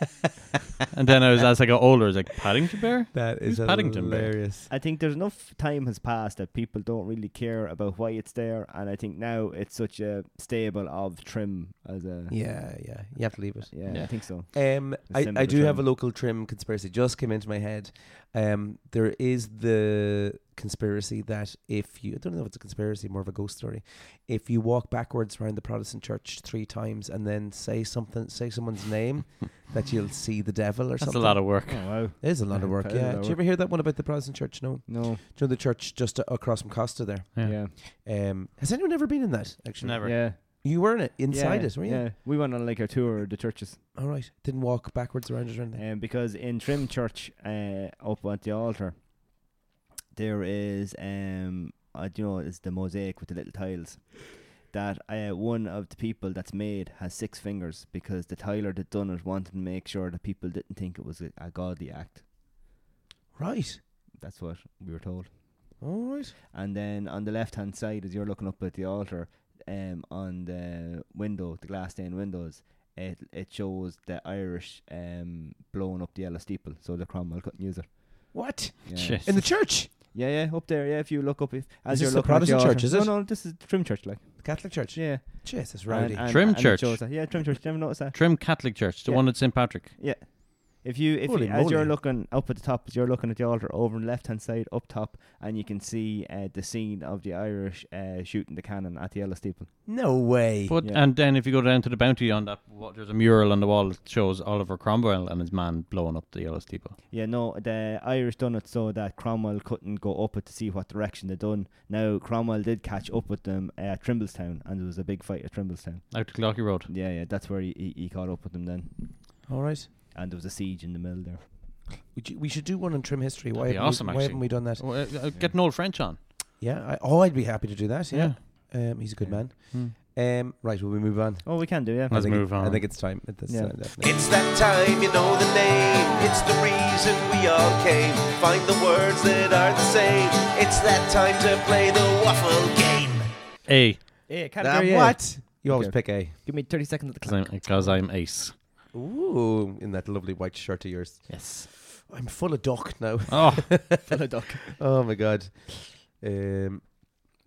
Speaker 3: and then I was as I got older, I was like Paddington bear.
Speaker 2: That
Speaker 3: Who's
Speaker 2: is
Speaker 3: Paddington Bear?
Speaker 2: hilarious.
Speaker 1: I think there's enough time has passed that people don't really care about why it's there, and I think now it's such a stable of trim as a yeah.
Speaker 2: Yeah, yeah. You have to leave it.
Speaker 1: I think so.
Speaker 2: Um,
Speaker 1: The
Speaker 2: I,
Speaker 1: symbol
Speaker 2: I
Speaker 1: of
Speaker 2: do have a
Speaker 1: trim.
Speaker 2: local trim conspiracy. Just came into my head. Um, there is the conspiracy that if you, I don't know if it's a conspiracy, more of a ghost story. If you walk backwards around the Protestant church three times and then say something, say someone's name, that you'll see the devil or
Speaker 3: That's
Speaker 2: something.
Speaker 3: a lot of work.
Speaker 1: Oh wow.
Speaker 2: It is a lot of work.
Speaker 1: Quite a lot
Speaker 2: Yeah.
Speaker 1: of
Speaker 2: Did you
Speaker 1: work.
Speaker 2: ever hear that one about the Protestant church? No.
Speaker 1: No.
Speaker 2: Do you know the church just a- across from Costa there?
Speaker 3: Yeah.
Speaker 1: Yeah.
Speaker 2: Um, has anyone ever been in that? Actually,
Speaker 3: Never.
Speaker 1: Yeah.
Speaker 2: You were in it inside
Speaker 1: yeah.
Speaker 2: it, were you?
Speaker 1: Yeah. We went on like our tour of the churches.
Speaker 2: All right. Didn't walk backwards around it or anything.
Speaker 1: Um, because in Trim Church, uh, up at the altar, there is um, I do you know it's the mosaic with the little tiles. That uh, one of the people that's made has six fingers because the tiler that done it wanted to make sure that people didn't think it was a, a godly act.
Speaker 2: Right.
Speaker 1: That's what we were told.
Speaker 2: All right.
Speaker 1: And then on the left hand side, as you're looking up at the altar, um, on the window, the glass stained windows, it it shows the Irish um blowing up the yellow steeple, so the Cromwell couldn't use it.
Speaker 2: What?
Speaker 1: Yeah.
Speaker 3: Shit.
Speaker 2: In the church?
Speaker 1: Yeah, yeah, up there. Yeah, if you look up, if as
Speaker 2: Is
Speaker 1: you're
Speaker 2: this the
Speaker 1: looking at
Speaker 2: Protestant
Speaker 1: altar.
Speaker 2: church, is it?
Speaker 1: No, no, this is the Trim Church, like.
Speaker 2: Catholic Church.
Speaker 1: Yeah,
Speaker 2: Jesus,
Speaker 1: and-
Speaker 2: rowdy.
Speaker 1: and-
Speaker 3: Trim
Speaker 1: and it
Speaker 3: church.
Speaker 1: shows that. Yeah, Trim Church. Did you ever notice that?
Speaker 3: Trim Catholic Church, the
Speaker 1: Yeah.
Speaker 3: one at St. Patrick.
Speaker 1: Yeah. If you if
Speaker 2: Holy
Speaker 1: you, as you're
Speaker 2: moly.
Speaker 1: looking up at the top, as you're looking at the altar over on the left hand side up top, and you can see uh, the scene of the Irish uh, shooting the cannon at the yellow steeple.
Speaker 2: no way.
Speaker 3: But
Speaker 1: Yeah.
Speaker 3: and then if you go down to the bounty on that, what, there's a mural on the wall that shows Oliver Cromwell and his man blowing up the yellow steeple.
Speaker 1: Yeah, no, the Irish done it so that Cromwell couldn't go up it to see what direction they done. Now Cromwell did catch up with them at Trimblestown, and there was a big fight at Trimblestown.
Speaker 3: Out to Clocky Road.
Speaker 1: Yeah, yeah, that's where he, he, he caught up with them then,
Speaker 2: All right.
Speaker 1: and there was a siege in the middle there.
Speaker 2: We, ju- we should do one on trim history. Why
Speaker 3: That'd be
Speaker 2: haven't,
Speaker 3: awesome,
Speaker 2: we, why
Speaker 3: actually.
Speaker 2: haven't we done that?
Speaker 3: Oh, uh, uh, Get an old French on.
Speaker 2: Yeah. I, oh, I'd be happy to do that. Yeah. Um, he's a good man. Um, right. Will we move on?
Speaker 1: Oh, we can do yeah.
Speaker 2: I
Speaker 3: Let's
Speaker 2: think it-
Speaker 3: move on.
Speaker 2: I think it's time. At this
Speaker 1: Yeah.
Speaker 2: time, definitely.
Speaker 4: It's that time, you know the name. It's the reason we all came. Find the words that are the same. It's that time to play the waffle game.
Speaker 3: A.
Speaker 1: Yeah,
Speaker 2: Ah, what? You always
Speaker 1: Okay.
Speaker 2: pick A.
Speaker 1: Give me thirty seconds. Of the
Speaker 3: Because I'm, ace.
Speaker 2: Ooh, in that lovely white shirt of yours.
Speaker 3: Yes.
Speaker 2: I'm full of duck now.
Speaker 3: Oh,
Speaker 2: Oh my god. Um,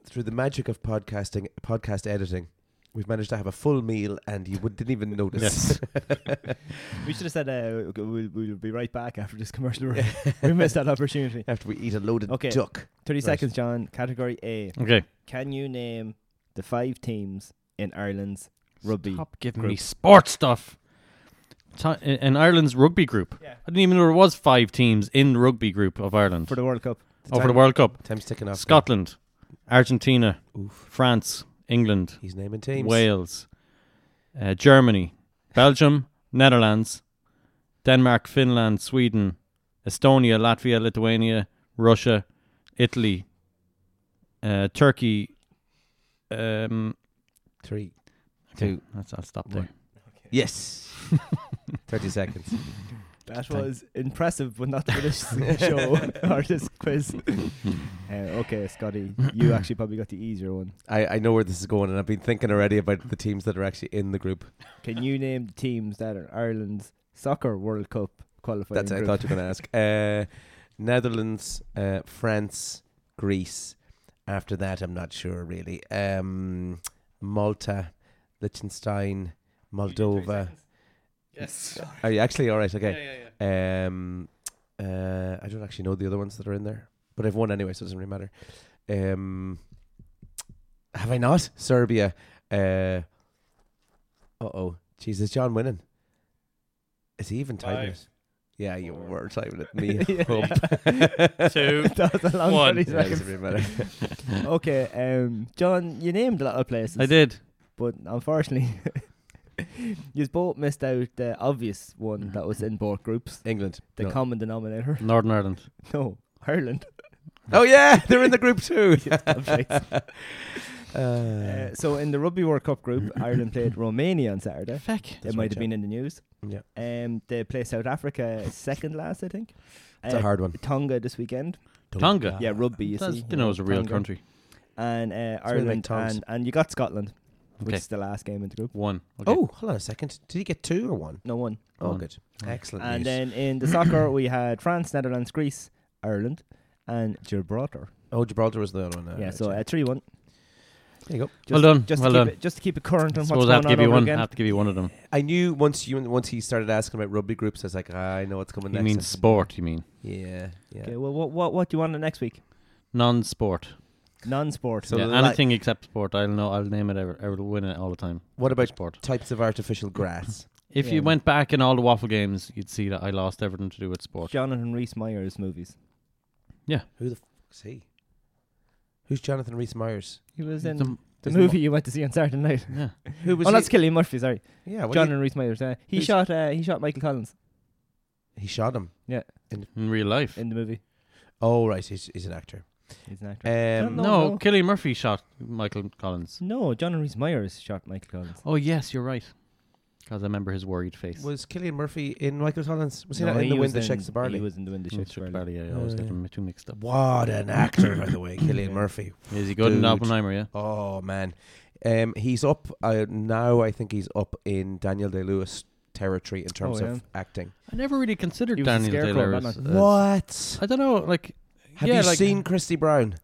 Speaker 2: through the magic of podcasting, podcast editing, we've managed to have a full meal, and you would, didn't even notice.
Speaker 3: yes.
Speaker 1: We should have said uh, okay, we'll, we'll be right back after this commercial break. we missed that opportunity.
Speaker 2: After we eat a loaded
Speaker 1: Okay.
Speaker 2: duck.
Speaker 1: 30
Speaker 2: Right.
Speaker 1: seconds, John. Category A.
Speaker 3: Okay.
Speaker 1: Can you name the five teams in Ireland's rugby?
Speaker 3: Stop giving me
Speaker 1: group.
Speaker 3: sports stuff. Ti- in- In Ireland's rugby group.
Speaker 1: Yeah.
Speaker 3: I didn't even know there was five teams in the rugby group of Ireland.
Speaker 1: For the World Cup.
Speaker 3: oh, for the World Cup.
Speaker 2: Time's ticking off. now.
Speaker 3: Scotland, Argentina,
Speaker 2: Oof.
Speaker 3: France, England,
Speaker 2: He's naming teams.
Speaker 3: Wales, uh, Germany, Belgium, Netherlands, Denmark, Finland, Sweden, Estonia, Latvia, Lithuania, Russia, Italy, uh, Turkey. Um,
Speaker 2: Three.
Speaker 3: okay, that's, I'll stop there.
Speaker 2: Yes. Thirty seconds.
Speaker 1: That
Speaker 2: Thank-
Speaker 1: was impressive, but not for this show or this quiz. uh, okay, Scotty, you actually probably got the easier one.
Speaker 2: I, I know where this is going, and I've been thinking already about the teams that are actually in the group.
Speaker 1: Can you name the teams that are Ireland's soccer World Cup qualifying?
Speaker 2: That's what I
Speaker 1: group?
Speaker 2: thought you were going to ask. Uh, Netherlands, uh, France, Greece. After that, I'm not sure really. Um, Malta, Liechtenstein, Moldova.
Speaker 3: Yes.
Speaker 2: Are you actually all right? Okay.
Speaker 3: yeah, yeah.
Speaker 2: Um, uh, I don't actually know the other ones that are in there, but I've won anyway, so it doesn't really matter. Um, have I not? Serbia. Uh oh. Jesus, John winning. Is he even timing
Speaker 3: Five,
Speaker 2: it? Yeah, you
Speaker 3: four,
Speaker 2: were timing it. Me.
Speaker 1: Yeah.
Speaker 2: hump.
Speaker 3: Two,
Speaker 1: That was a long
Speaker 3: one.
Speaker 1: 30
Speaker 2: Yeah, it
Speaker 1: seconds.
Speaker 2: doesn't really matter.
Speaker 1: Okay, um, John, you named a lot of places.
Speaker 3: I did.
Speaker 1: but unfortunately, you both missed out the obvious one that was in both groups,
Speaker 2: England.
Speaker 1: the
Speaker 2: No.
Speaker 1: common denominator.
Speaker 3: Northern Ireland.
Speaker 1: No, Ireland.
Speaker 2: oh yeah, they're in the group too.
Speaker 1: Uh, so in the Rugby World Cup group, Ireland played Romania on Saturday.
Speaker 3: Feck.
Speaker 1: It might have been in the news.
Speaker 2: Yeah.
Speaker 1: Um, they play South Africa second last, I think.
Speaker 2: It's a hard one.
Speaker 1: Tonga this weekend.
Speaker 3: Tonga.
Speaker 1: Yeah, rugby. You
Speaker 3: Ah, That's-
Speaker 1: see,
Speaker 3: You know, it's a real
Speaker 1: Tonga.
Speaker 3: country.
Speaker 1: And uh,
Speaker 2: where they make
Speaker 1: Ireland
Speaker 2: tongs.
Speaker 1: and, and you got Scotland, which
Speaker 3: Okay.
Speaker 1: is the last game in the group.
Speaker 3: One. Okay.
Speaker 2: Oh, hold on a second. Did he get two or one?
Speaker 1: No one.
Speaker 2: Oh,
Speaker 3: One.
Speaker 2: good. Excellent. news.
Speaker 1: And then in the soccer, we had France, Netherlands, Greece, Ireland, and Gibraltar.
Speaker 2: oh, Gibraltar was the other one. all
Speaker 1: yeah,
Speaker 2: right,
Speaker 1: so uh, 3 1.
Speaker 2: there you go.
Speaker 1: Just
Speaker 3: Well
Speaker 1: to-
Speaker 3: done,
Speaker 1: Just,
Speaker 3: well
Speaker 1: to
Speaker 3: done.
Speaker 1: Keep it, just to keep it current
Speaker 3: I
Speaker 1: on what's
Speaker 3: suppose I have to
Speaker 1: going
Speaker 3: give
Speaker 1: on
Speaker 3: you
Speaker 1: over
Speaker 3: one. I
Speaker 1: again.
Speaker 3: have to give you one of them.
Speaker 2: I knew once you once he started asking about rugby groups, I was like, ah, I know what's coming
Speaker 3: You
Speaker 2: next.
Speaker 3: mean
Speaker 2: That's-
Speaker 3: sport? You mean
Speaker 2: Yeah, yeah.
Speaker 1: Okay, well, what, what, what do you want next week?
Speaker 3: non-sport?
Speaker 1: Non sport.
Speaker 2: So
Speaker 3: yeah,
Speaker 2: li-
Speaker 3: anything except sport. I'll know. I'll name it. ever- I will win it all the time.
Speaker 2: What about
Speaker 3: sport?
Speaker 2: types of artificial grass?
Speaker 3: If
Speaker 1: Yeah.
Speaker 3: you went back in all the waffle games, you'd see that I lost everything to do with sport.
Speaker 1: Jonathan Rhys Meyers movies.
Speaker 2: Who the fuck's he? Who's Jonathan Rhys Myers?
Speaker 1: He was in
Speaker 3: The-
Speaker 1: the
Speaker 2: is the mo-
Speaker 1: movie you went to see on Saturday night.
Speaker 3: yeah.
Speaker 2: Who was
Speaker 1: oh,
Speaker 2: he?
Speaker 1: that's Killian Murphy, sorry.
Speaker 2: yeah, what do you-
Speaker 1: Jonathan Rhys Meyers. Uh, he,
Speaker 2: Who's-
Speaker 1: shot, uh, he shot Michael Collins
Speaker 2: he shot him.
Speaker 3: in real life.
Speaker 1: in the movie.
Speaker 2: Oh right, he's, he's an actor.
Speaker 1: He's an actor.
Speaker 2: Um,
Speaker 1: no,
Speaker 3: no,
Speaker 1: no.
Speaker 3: Killian Murphy shot Michael Collins.
Speaker 1: no, Jonathan Rhys Meyers shot Michael Collins.
Speaker 3: Oh yes, you're right. Because I remember his worried face.
Speaker 2: was Killian Murphy in Michael Collins? Was he
Speaker 1: No,
Speaker 2: not in the wind
Speaker 1: was
Speaker 2: that shakes the barley? Hmm,
Speaker 1: He was in the wind that
Speaker 3: Mm,
Speaker 1: shakes the
Speaker 3: Chuck
Speaker 1: barley.
Speaker 3: Barley, I always
Speaker 2: Oh,
Speaker 3: get
Speaker 2: yeah.
Speaker 3: them too mixed up.
Speaker 2: What an actor, by the way, Killian
Speaker 1: Yeah.
Speaker 2: Murphy.
Speaker 3: Is he good in
Speaker 2: Dude.
Speaker 3: Oppenheimer? Yeah.
Speaker 2: Oh man, um, he's up uh, now. I think he's up in Daniel Day Lewis territory in terms
Speaker 1: yeah.
Speaker 2: of acting.
Speaker 3: I never really considered
Speaker 1: He was a
Speaker 3: Daniel Day
Speaker 1: scarecrow in
Speaker 3: Lewis.
Speaker 1: Batman.
Speaker 3: as-
Speaker 2: what?
Speaker 3: I don't know. Like
Speaker 2: Have
Speaker 3: Uh, Yeah,
Speaker 2: you
Speaker 3: like-
Speaker 2: seen Christy Brown?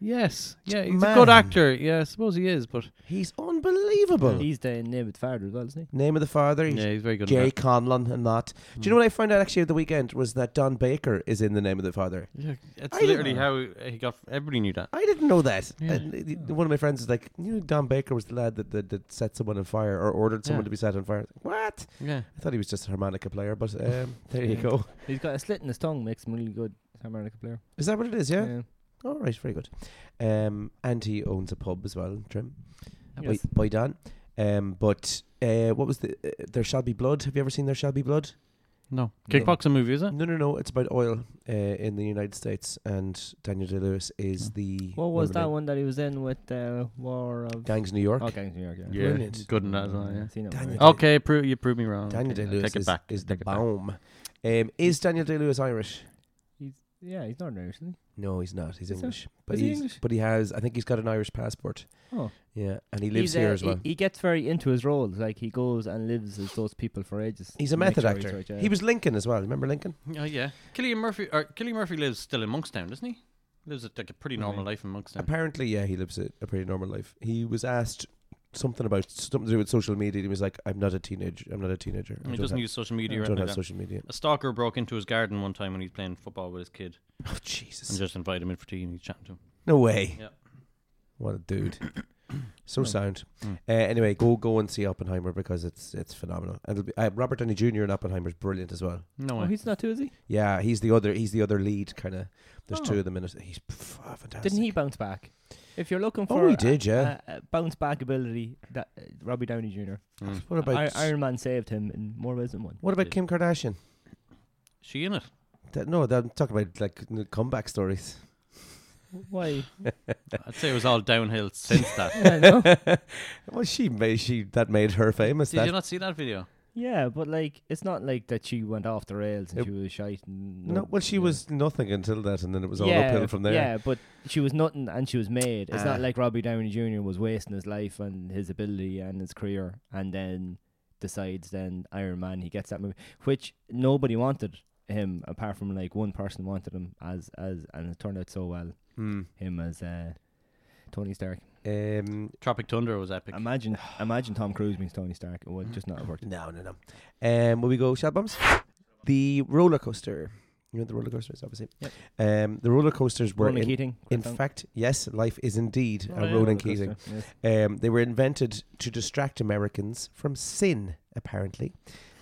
Speaker 3: Yes. Yeah,
Speaker 2: Ch-
Speaker 3: he's a good
Speaker 2: man.
Speaker 3: actor. Yeah, I suppose he is, but
Speaker 2: He's unbelievable.
Speaker 1: He's the name of the father as well, isn't he?
Speaker 2: Name of the father. He's
Speaker 3: yeah, he's very good. Hmm. in
Speaker 2: Jay
Speaker 3: that.
Speaker 2: Conlon and that. Do you know what I found out actually at the weekend was that Don Baker is in the name of the father.
Speaker 3: Yeah, it's
Speaker 2: I
Speaker 3: literally
Speaker 2: didn't-
Speaker 3: how he got. Everybody knew that.
Speaker 2: I didn't know that.
Speaker 3: Yeah.
Speaker 2: And it- it- one of my friends is like, you know, Don Baker was the lad that that, that set someone on fire or ordered someone
Speaker 3: Yeah.
Speaker 2: to be set on fire. What?
Speaker 3: Yeah,
Speaker 2: I thought he was just a harmonica player, but um, there you
Speaker 1: Yeah.
Speaker 2: go.
Speaker 1: He's got a slit in his tongue, makes him really good harmonica player.
Speaker 2: Is that what it is? Yeah. All Oh, right, very good. Um, and he owns a pub as well, Trim. By,
Speaker 1: Yes.
Speaker 2: by Don. Um, but uh, what was the uh, There Shall Be Blood? Have you ever seen There Shall Be Blood? No.
Speaker 3: no, kickboxing movie is it?
Speaker 2: No, no, no. It's about oil uh, in the United States, and Daniel Day Lewis is
Speaker 3: Oh.
Speaker 2: the.
Speaker 1: What was
Speaker 2: of the
Speaker 1: that one that he was in with uh, War of
Speaker 2: Gangs of New York.
Speaker 1: Oh, Gangs of New York? Yeah.
Speaker 3: Yeah,
Speaker 2: Brilliant.
Speaker 3: good in that as well. Yeah.
Speaker 1: Seen it
Speaker 2: Daniel
Speaker 1: already.
Speaker 2: Day-
Speaker 3: Okay, prove you prove me wrong.
Speaker 2: Daniel
Speaker 3: Okay,
Speaker 2: Day
Speaker 3: I
Speaker 2: Lewis
Speaker 3: Take it
Speaker 2: is,
Speaker 3: back.
Speaker 2: is the
Speaker 3: Take it back.
Speaker 2: bomb. Um, is Daniel Day Lewis Irish?
Speaker 1: Yeah, he's not Irish, is
Speaker 2: No, he's not. He's
Speaker 1: Is he?
Speaker 2: English. But
Speaker 1: Is he
Speaker 2: he's
Speaker 1: English?
Speaker 2: but he has. I think he's got an Irish passport.
Speaker 1: he? Oh, uh,
Speaker 2: Yeah, and he lives here as well.
Speaker 1: He, gets very into his roles. Like he goes and lives as those people for ages.
Speaker 2: he's a
Speaker 1: to make
Speaker 2: method
Speaker 1: sure he's
Speaker 2: actor.
Speaker 1: right, yeah.
Speaker 2: He was Lincoln as well. Remember Lincoln?
Speaker 3: Oh yeah, Killian Murphy. Or Killian Murphy lives still in Monkstown, doesn't he? Lives a, like a pretty normal life in Monkstown.
Speaker 2: Apparently, yeah, he lives a, a pretty normal life. He was asked something about something to do with social media. and He was like, "I'm not a teenager. I'm not a teenager. I
Speaker 3: he
Speaker 2: don't
Speaker 3: doesn't
Speaker 2: have-
Speaker 3: use social
Speaker 2: I
Speaker 3: media. or
Speaker 2: don't have
Speaker 3: anything like that.
Speaker 2: social media."
Speaker 3: A stalker broke into his garden one time when he was playing football with his kid
Speaker 2: Oh
Speaker 3: and
Speaker 2: Jesus!
Speaker 3: just invited him in for tea and he chatting to him.
Speaker 2: No way.
Speaker 3: Yeah.
Speaker 2: What a dude. So
Speaker 3: Mm.
Speaker 2: sound.
Speaker 3: Mm.
Speaker 2: Uh, anyway, go go and see Oppenheimer because it's it's phenomenal. And it'll be, uh, Robert Downey Jr. in Oppenheimer is brilliant as well.
Speaker 3: No
Speaker 1: Oh,
Speaker 3: way.
Speaker 1: he's not too, is he?
Speaker 2: Yeah, he's the other he's the other lead kind of. There's two
Speaker 1: Oh.
Speaker 2: of them in it. He's f- ah, fantastic.
Speaker 1: Didn't he bounce back? If you're looking for, uh,
Speaker 2: Oh, he did, yeah.
Speaker 1: a, a bounce back ability that uh, Robbie Downey Jr.
Speaker 3: Mm.
Speaker 2: What about
Speaker 1: I- Iron Man saved him in more ways than one.
Speaker 2: What about Kim Kardashian?
Speaker 3: She in it?
Speaker 2: That, no, that, I'm talking about like n- comeback stories.
Speaker 1: Why?
Speaker 3: I'd say it was all downhill since that.
Speaker 1: yeah, no.
Speaker 2: well, she made she that made her famous.
Speaker 3: Did
Speaker 2: That
Speaker 3: you not see that video?
Speaker 1: yeah, but like it's not like that she went off the rails and
Speaker 2: It-
Speaker 1: she was shite. And
Speaker 2: no, well, she
Speaker 1: yeah.
Speaker 2: was nothing until that, and then it was all
Speaker 1: yeah,
Speaker 2: uphill from there.
Speaker 1: Yeah, but she was nothing and she was made. It's not
Speaker 2: Ah.
Speaker 1: like Robbie Downey Jr. was wasting his life and his ability and his career and then decides then Iron Man, he gets that movie, which nobody wanted him apart from like one person wanted him as, as and it turned out so well,
Speaker 2: Hmm.
Speaker 1: him as uh, Tony Stark.
Speaker 2: Um,
Speaker 3: Tropic Thunder was epic.
Speaker 1: Imagine imagine Tom Cruise being Tony Stark. It
Speaker 2: Mm.
Speaker 1: would just not have worked.
Speaker 2: no, no, no. Um, will we go shot bombs? The roller coaster. You know what the roller coaster is obviously.
Speaker 1: Yep.
Speaker 2: Um, the roller coasters were
Speaker 1: Ronan
Speaker 2: in,
Speaker 1: Keating.
Speaker 2: in
Speaker 1: Chris Dunn.
Speaker 2: fact, yes, life is indeed
Speaker 3: Oh,
Speaker 2: a
Speaker 3: yeah,
Speaker 2: Ronan
Speaker 1: Roller
Speaker 2: Keating.
Speaker 1: coaster, yes.
Speaker 2: Um, they were invented to distract Americans from sin, apparently.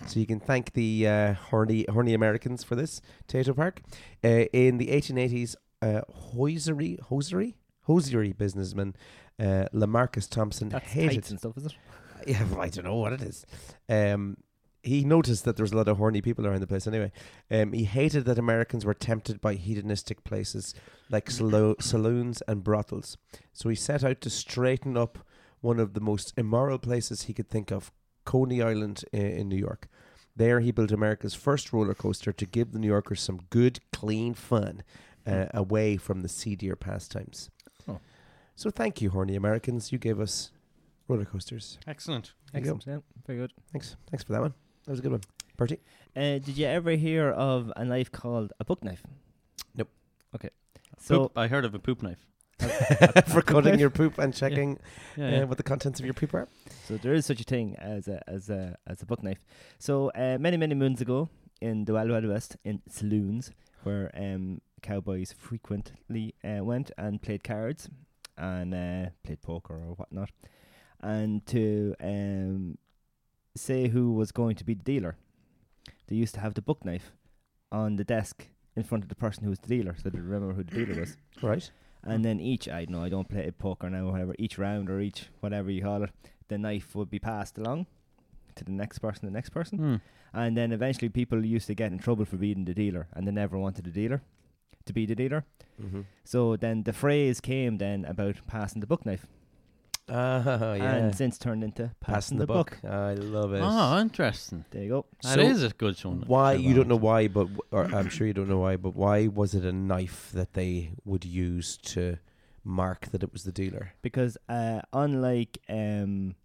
Speaker 2: So you can thank the uh, horny, horny Americans for this, Tato Park. Uh, in the 1880s, uh, hosiery, hosiery, hosiery businessman uh, Lamarcus Thompson
Speaker 1: That's
Speaker 2: hated.
Speaker 1: tights and stuff, is it?
Speaker 2: Yeah, well, I don't know what it is. Um, he noticed that there was a lot of horny people around the place anyway. Um, he hated that Americans were tempted by hedonistic places like salo- saloons and brothels. So he set out to straighten up one of the most immoral places he could think of, Coney Island i- in New York. There he built America's first roller coaster to give the New Yorkers some good, clean fun uh, away from the seedier pastimes.
Speaker 1: Oh.
Speaker 2: So thank you, horny Americans. You gave us roller coasters.
Speaker 3: Excellent.
Speaker 2: There you go.
Speaker 1: Excellent. Yeah, very good.
Speaker 2: Thanks. Thanks for that one. That was a good one. Bertie?
Speaker 1: Uh, did you ever hear of a knife called a book knife?
Speaker 2: Nope.
Speaker 1: Okay. So
Speaker 3: Poop, I heard of a poop knife.
Speaker 2: Uh, for cutting your poop and checking
Speaker 3: Yeah, yeah.
Speaker 2: Uh, what the contents of your poop are.
Speaker 1: so there is such a thing as a as a as a book knife. So uh, many many moons ago in the Wild Wild West in saloons where um cowboys frequently uh, went and played cards and uh, played poker or whatnot, and to um say who was going to be the dealer, they used to have the book knife on the desk in front of the person who was the dealer, so they remember who the dealer was.
Speaker 2: Right.
Speaker 1: and then each I know I don't play poker now, whatever. Each round or each whatever you call it, the knife would be passed along to the next person, the next person,
Speaker 3: Hmm.
Speaker 1: and then eventually people used to get in trouble for beating the dealer, and they never wanted the dealer to be the dealer.
Speaker 2: Mm-hmm.
Speaker 1: So then the phrase came then about passing the book knife,
Speaker 2: Oh, yeah.
Speaker 1: and since turned into passing,
Speaker 2: Passing the,
Speaker 1: book.
Speaker 2: buck. I love it.
Speaker 3: Oh, interesting.
Speaker 1: There you go.
Speaker 3: That
Speaker 2: So
Speaker 3: is a good one.
Speaker 2: Why you don't know why, but w- or I'm sure you don't know why, but why was it a knife that they would use to mark that it was the dealer?
Speaker 1: because uh, unlike um,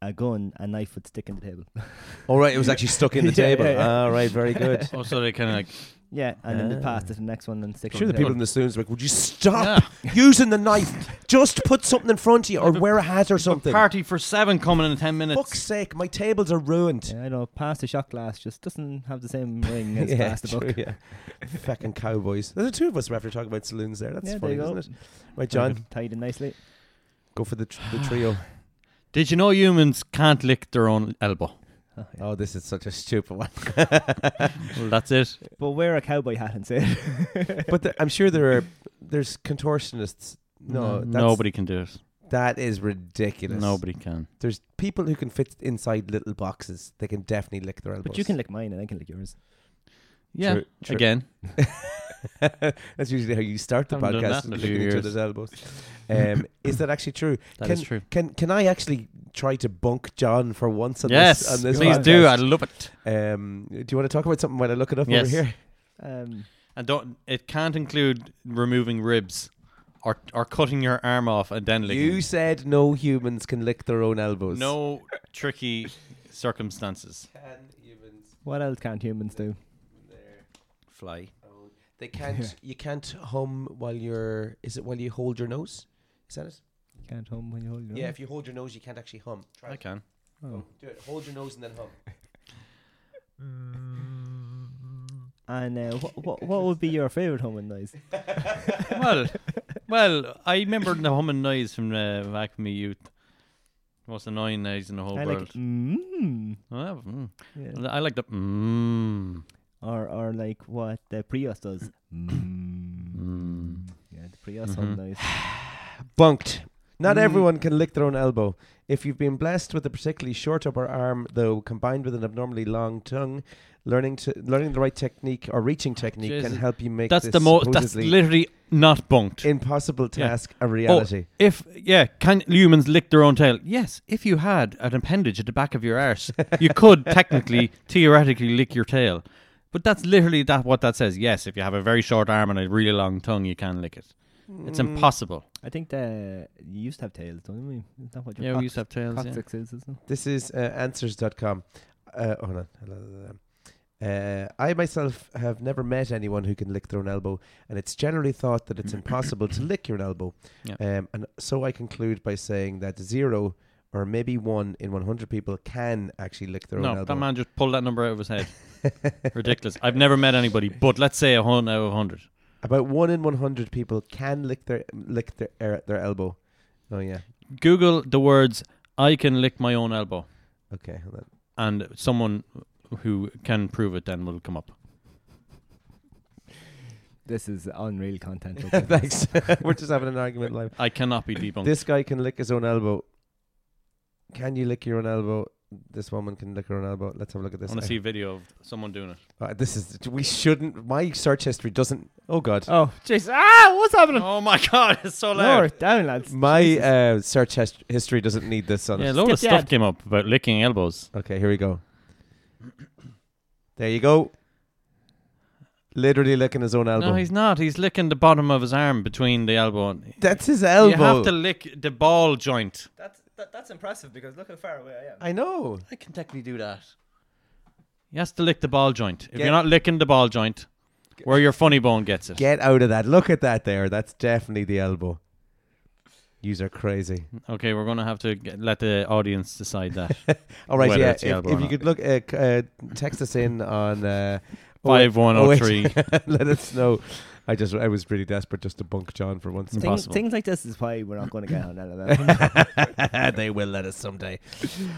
Speaker 1: a gun, a knife would stick in the table.
Speaker 2: All right, it was actually stuck in the
Speaker 1: Yeah,
Speaker 2: table.
Speaker 1: yeah, yeah.
Speaker 2: All right, very good.
Speaker 3: Oh, so they kind of like
Speaker 1: Yeah, and then they pass
Speaker 2: Ah.
Speaker 1: to the next one and stick
Speaker 2: sure,
Speaker 1: it
Speaker 2: the
Speaker 1: in
Speaker 2: people in
Speaker 1: table.
Speaker 2: the saloons were like, "Would you stop using the knife? Just put something in front of you, or wear a hat or something."
Speaker 3: party for seven coming in ten minutes.
Speaker 2: Fuck's sake, my tables are ruined.
Speaker 1: Yeah, I know. Pass the shot glass just doesn't have the same ring as pass the
Speaker 2: true,
Speaker 1: buck.
Speaker 2: yeah. Fucking cowboys. There's the two of us we're after talking about saloons there. That's
Speaker 1: Yeah, there
Speaker 2: funny,
Speaker 1: you go.
Speaker 2: isn't it? Right, John,
Speaker 1: tied in nicely.
Speaker 2: go for the, tr- the trio.
Speaker 3: Did you know humans can't lick their own elbow?
Speaker 2: Oh, this is such a stupid one.
Speaker 3: Well, that's it.
Speaker 1: But wear a cowboy hat and say it.
Speaker 2: but the, I'm sure there are there's contortionists. No, that's,
Speaker 3: nobody can do it.
Speaker 2: That is ridiculous.
Speaker 3: Nobody can.
Speaker 2: There's people who can fit inside little boxes. They can definitely lick their elbows.
Speaker 1: But you can lick mine and I can lick yours.
Speaker 3: Yeah.
Speaker 2: True, true.
Speaker 3: Again,
Speaker 2: That's usually how you start the
Speaker 3: Haven't done
Speaker 2: podcast,
Speaker 3: that in a
Speaker 2: licking
Speaker 3: few
Speaker 2: each
Speaker 3: years.
Speaker 2: other's elbows. Um, is that actually true?
Speaker 3: that is
Speaker 2: can,
Speaker 3: true.
Speaker 2: Can can I actually try to bunk John for once on
Speaker 3: Yes,
Speaker 2: this? On this
Speaker 3: please
Speaker 2: podcast?
Speaker 3: do. I love it.
Speaker 2: Um, do you want to talk about something while I look it up
Speaker 3: Yes.
Speaker 2: over here?
Speaker 1: Um,
Speaker 3: And don't. It can't include removing ribs, or or cutting your arm off and then licking.
Speaker 2: You said no humans can lick their own elbows.
Speaker 3: no tricky circumstances.
Speaker 1: what else can humans do?
Speaker 3: Fly.
Speaker 2: They can't. You can't hum while you're. Is it while you hold your nose? Is that it?
Speaker 1: Can't hum when you hold your
Speaker 2: Yeah.
Speaker 1: own.
Speaker 2: If you hold your nose, you can't actually hum. Try
Speaker 3: I
Speaker 2: it.
Speaker 3: can.
Speaker 1: Oh.
Speaker 2: Do it. Hold your nose and then hum.
Speaker 1: And uh, what, what what would be your favorite humming noise?
Speaker 3: well, well, I remember the humming noise from uh, back in my youth. Most annoying noise in the whole
Speaker 1: I
Speaker 3: world.
Speaker 1: like mmm.
Speaker 3: Well, mm.
Speaker 1: Yeah.
Speaker 3: I like the mmm.
Speaker 1: Or or like what the Prius does. mm. Mm-hmm. Yeah, the Prius humming noise.
Speaker 2: Bunked. Not
Speaker 3: Mm.
Speaker 2: everyone can lick their own elbow. If you've been blessed with a particularly short upper arm, though, combined with an abnormally long tongue, learning to learning the right technique or reaching technique can
Speaker 3: Jesus.
Speaker 2: help you make
Speaker 3: That's
Speaker 2: this
Speaker 3: the most. That's
Speaker 2: supposedly
Speaker 3: literally not bunked.
Speaker 2: impossible
Speaker 3: Yeah. Oh,
Speaker 2: task a reality.
Speaker 3: If yeah, can humans lick their own tail? Yes. If you had an appendage at the back of your arse, you could technically, theoretically, lick your tail. But that's literally that what that says. Yes, if you have a very short arm and a really long tongue, you can lick it. It's impossible.
Speaker 1: I think the you used to have tails, don't we? Isn't that what your
Speaker 3: Yeah,
Speaker 1: cock-
Speaker 3: we used to have tails. yeah.
Speaker 1: coccyx is, isn't it?
Speaker 2: This is uh, answers.com. Uh, hold on. Hold on, hold on. Uh, I myself have never met anyone who can lick their own elbow, and it's generally thought that it's impossible to lick your elbow.
Speaker 3: Yeah.
Speaker 2: Um, and so I conclude by saying that zero or maybe one in 100 people can actually lick their own
Speaker 3: No,
Speaker 2: elbow.
Speaker 3: that man just pulled that number out of his head. Ridiculous. I've never met anybody, but let's say a hundred out of a hundred.
Speaker 2: About one in 100 people can lick their lick their er, their elbow. Oh, yeah.
Speaker 3: Google the words "I can lick my own elbow,"
Speaker 2: Okay. Hold on.
Speaker 3: and someone who can prove it then will come up.
Speaker 1: This is unreal content. okay.
Speaker 2: Thanks. We're just having an argument live.
Speaker 3: I cannot be debunked.
Speaker 2: This guy can lick his own elbow. Can you lick your own elbow? This woman can lick her own elbow. Let's have a look at
Speaker 3: I
Speaker 2: this.
Speaker 3: want to see a video of someone doing it.
Speaker 2: Uh, this is we shouldn't. My search history doesn't. Oh God.
Speaker 1: oh, jeez! Ah, what's happening?
Speaker 3: Oh my god, it's so loud.
Speaker 1: Lower down, lads.
Speaker 2: my uh, search his- history doesn't need this on
Speaker 3: Yeah, a
Speaker 2: it.
Speaker 3: lot of
Speaker 1: Skip the
Speaker 3: stuff
Speaker 1: ad.
Speaker 3: came up about licking elbows.
Speaker 2: Okay, here we go. There you go. Literally licking his own elbow.
Speaker 3: No, he's not. He's licking the bottom of his arm between the elbow. And
Speaker 2: That's his
Speaker 3: You have
Speaker 2: elbow.
Speaker 3: to lick the ball joint.
Speaker 1: That's that, that's impressive because look how far away I am.
Speaker 2: I know.
Speaker 3: I can technically do that. He has to lick the ball joint. If
Speaker 2: Get-
Speaker 3: you're not licking the ball joint, where your funny bone gets it.
Speaker 2: Get out of that. Look at that there. That's definitely the elbow. Yous are crazy.
Speaker 3: okay, we're gonna have to get, let the audience decide that.
Speaker 2: All right,
Speaker 3: whether
Speaker 2: yeah. If,
Speaker 3: it's the elbow or
Speaker 2: if you
Speaker 3: not.
Speaker 2: could look, uh, c- uh, text us in on uh, oh eight-
Speaker 3: Five one
Speaker 2: oh
Speaker 3: oh
Speaker 2: eight-
Speaker 3: three.
Speaker 2: Let us know. I just, I was pretty desperate just to bunk John for once.
Speaker 1: Things,
Speaker 3: Impossible.
Speaker 1: things like this is why we're not going to get on LMM.
Speaker 2: they will let us someday.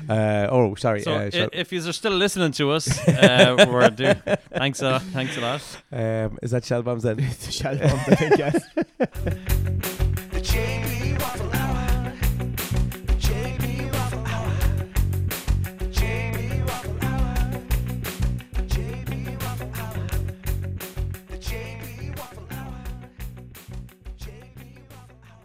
Speaker 2: Uh, oh, sorry.
Speaker 3: So
Speaker 2: uh,
Speaker 3: i-
Speaker 2: shall-
Speaker 3: if you're still listening to us, uh, we're do. Thanks a lot. Thanks a lot.
Speaker 2: um, is that shell bombs then?
Speaker 1: Shall we? I think, yes.
Speaker 4: The JB Waffle Hour. JB Waffle Hour. JB Waffle Hour. JB Waffle Hour. The JB Waffle Hour. JB Waffle Hour. JB Waffle Hour.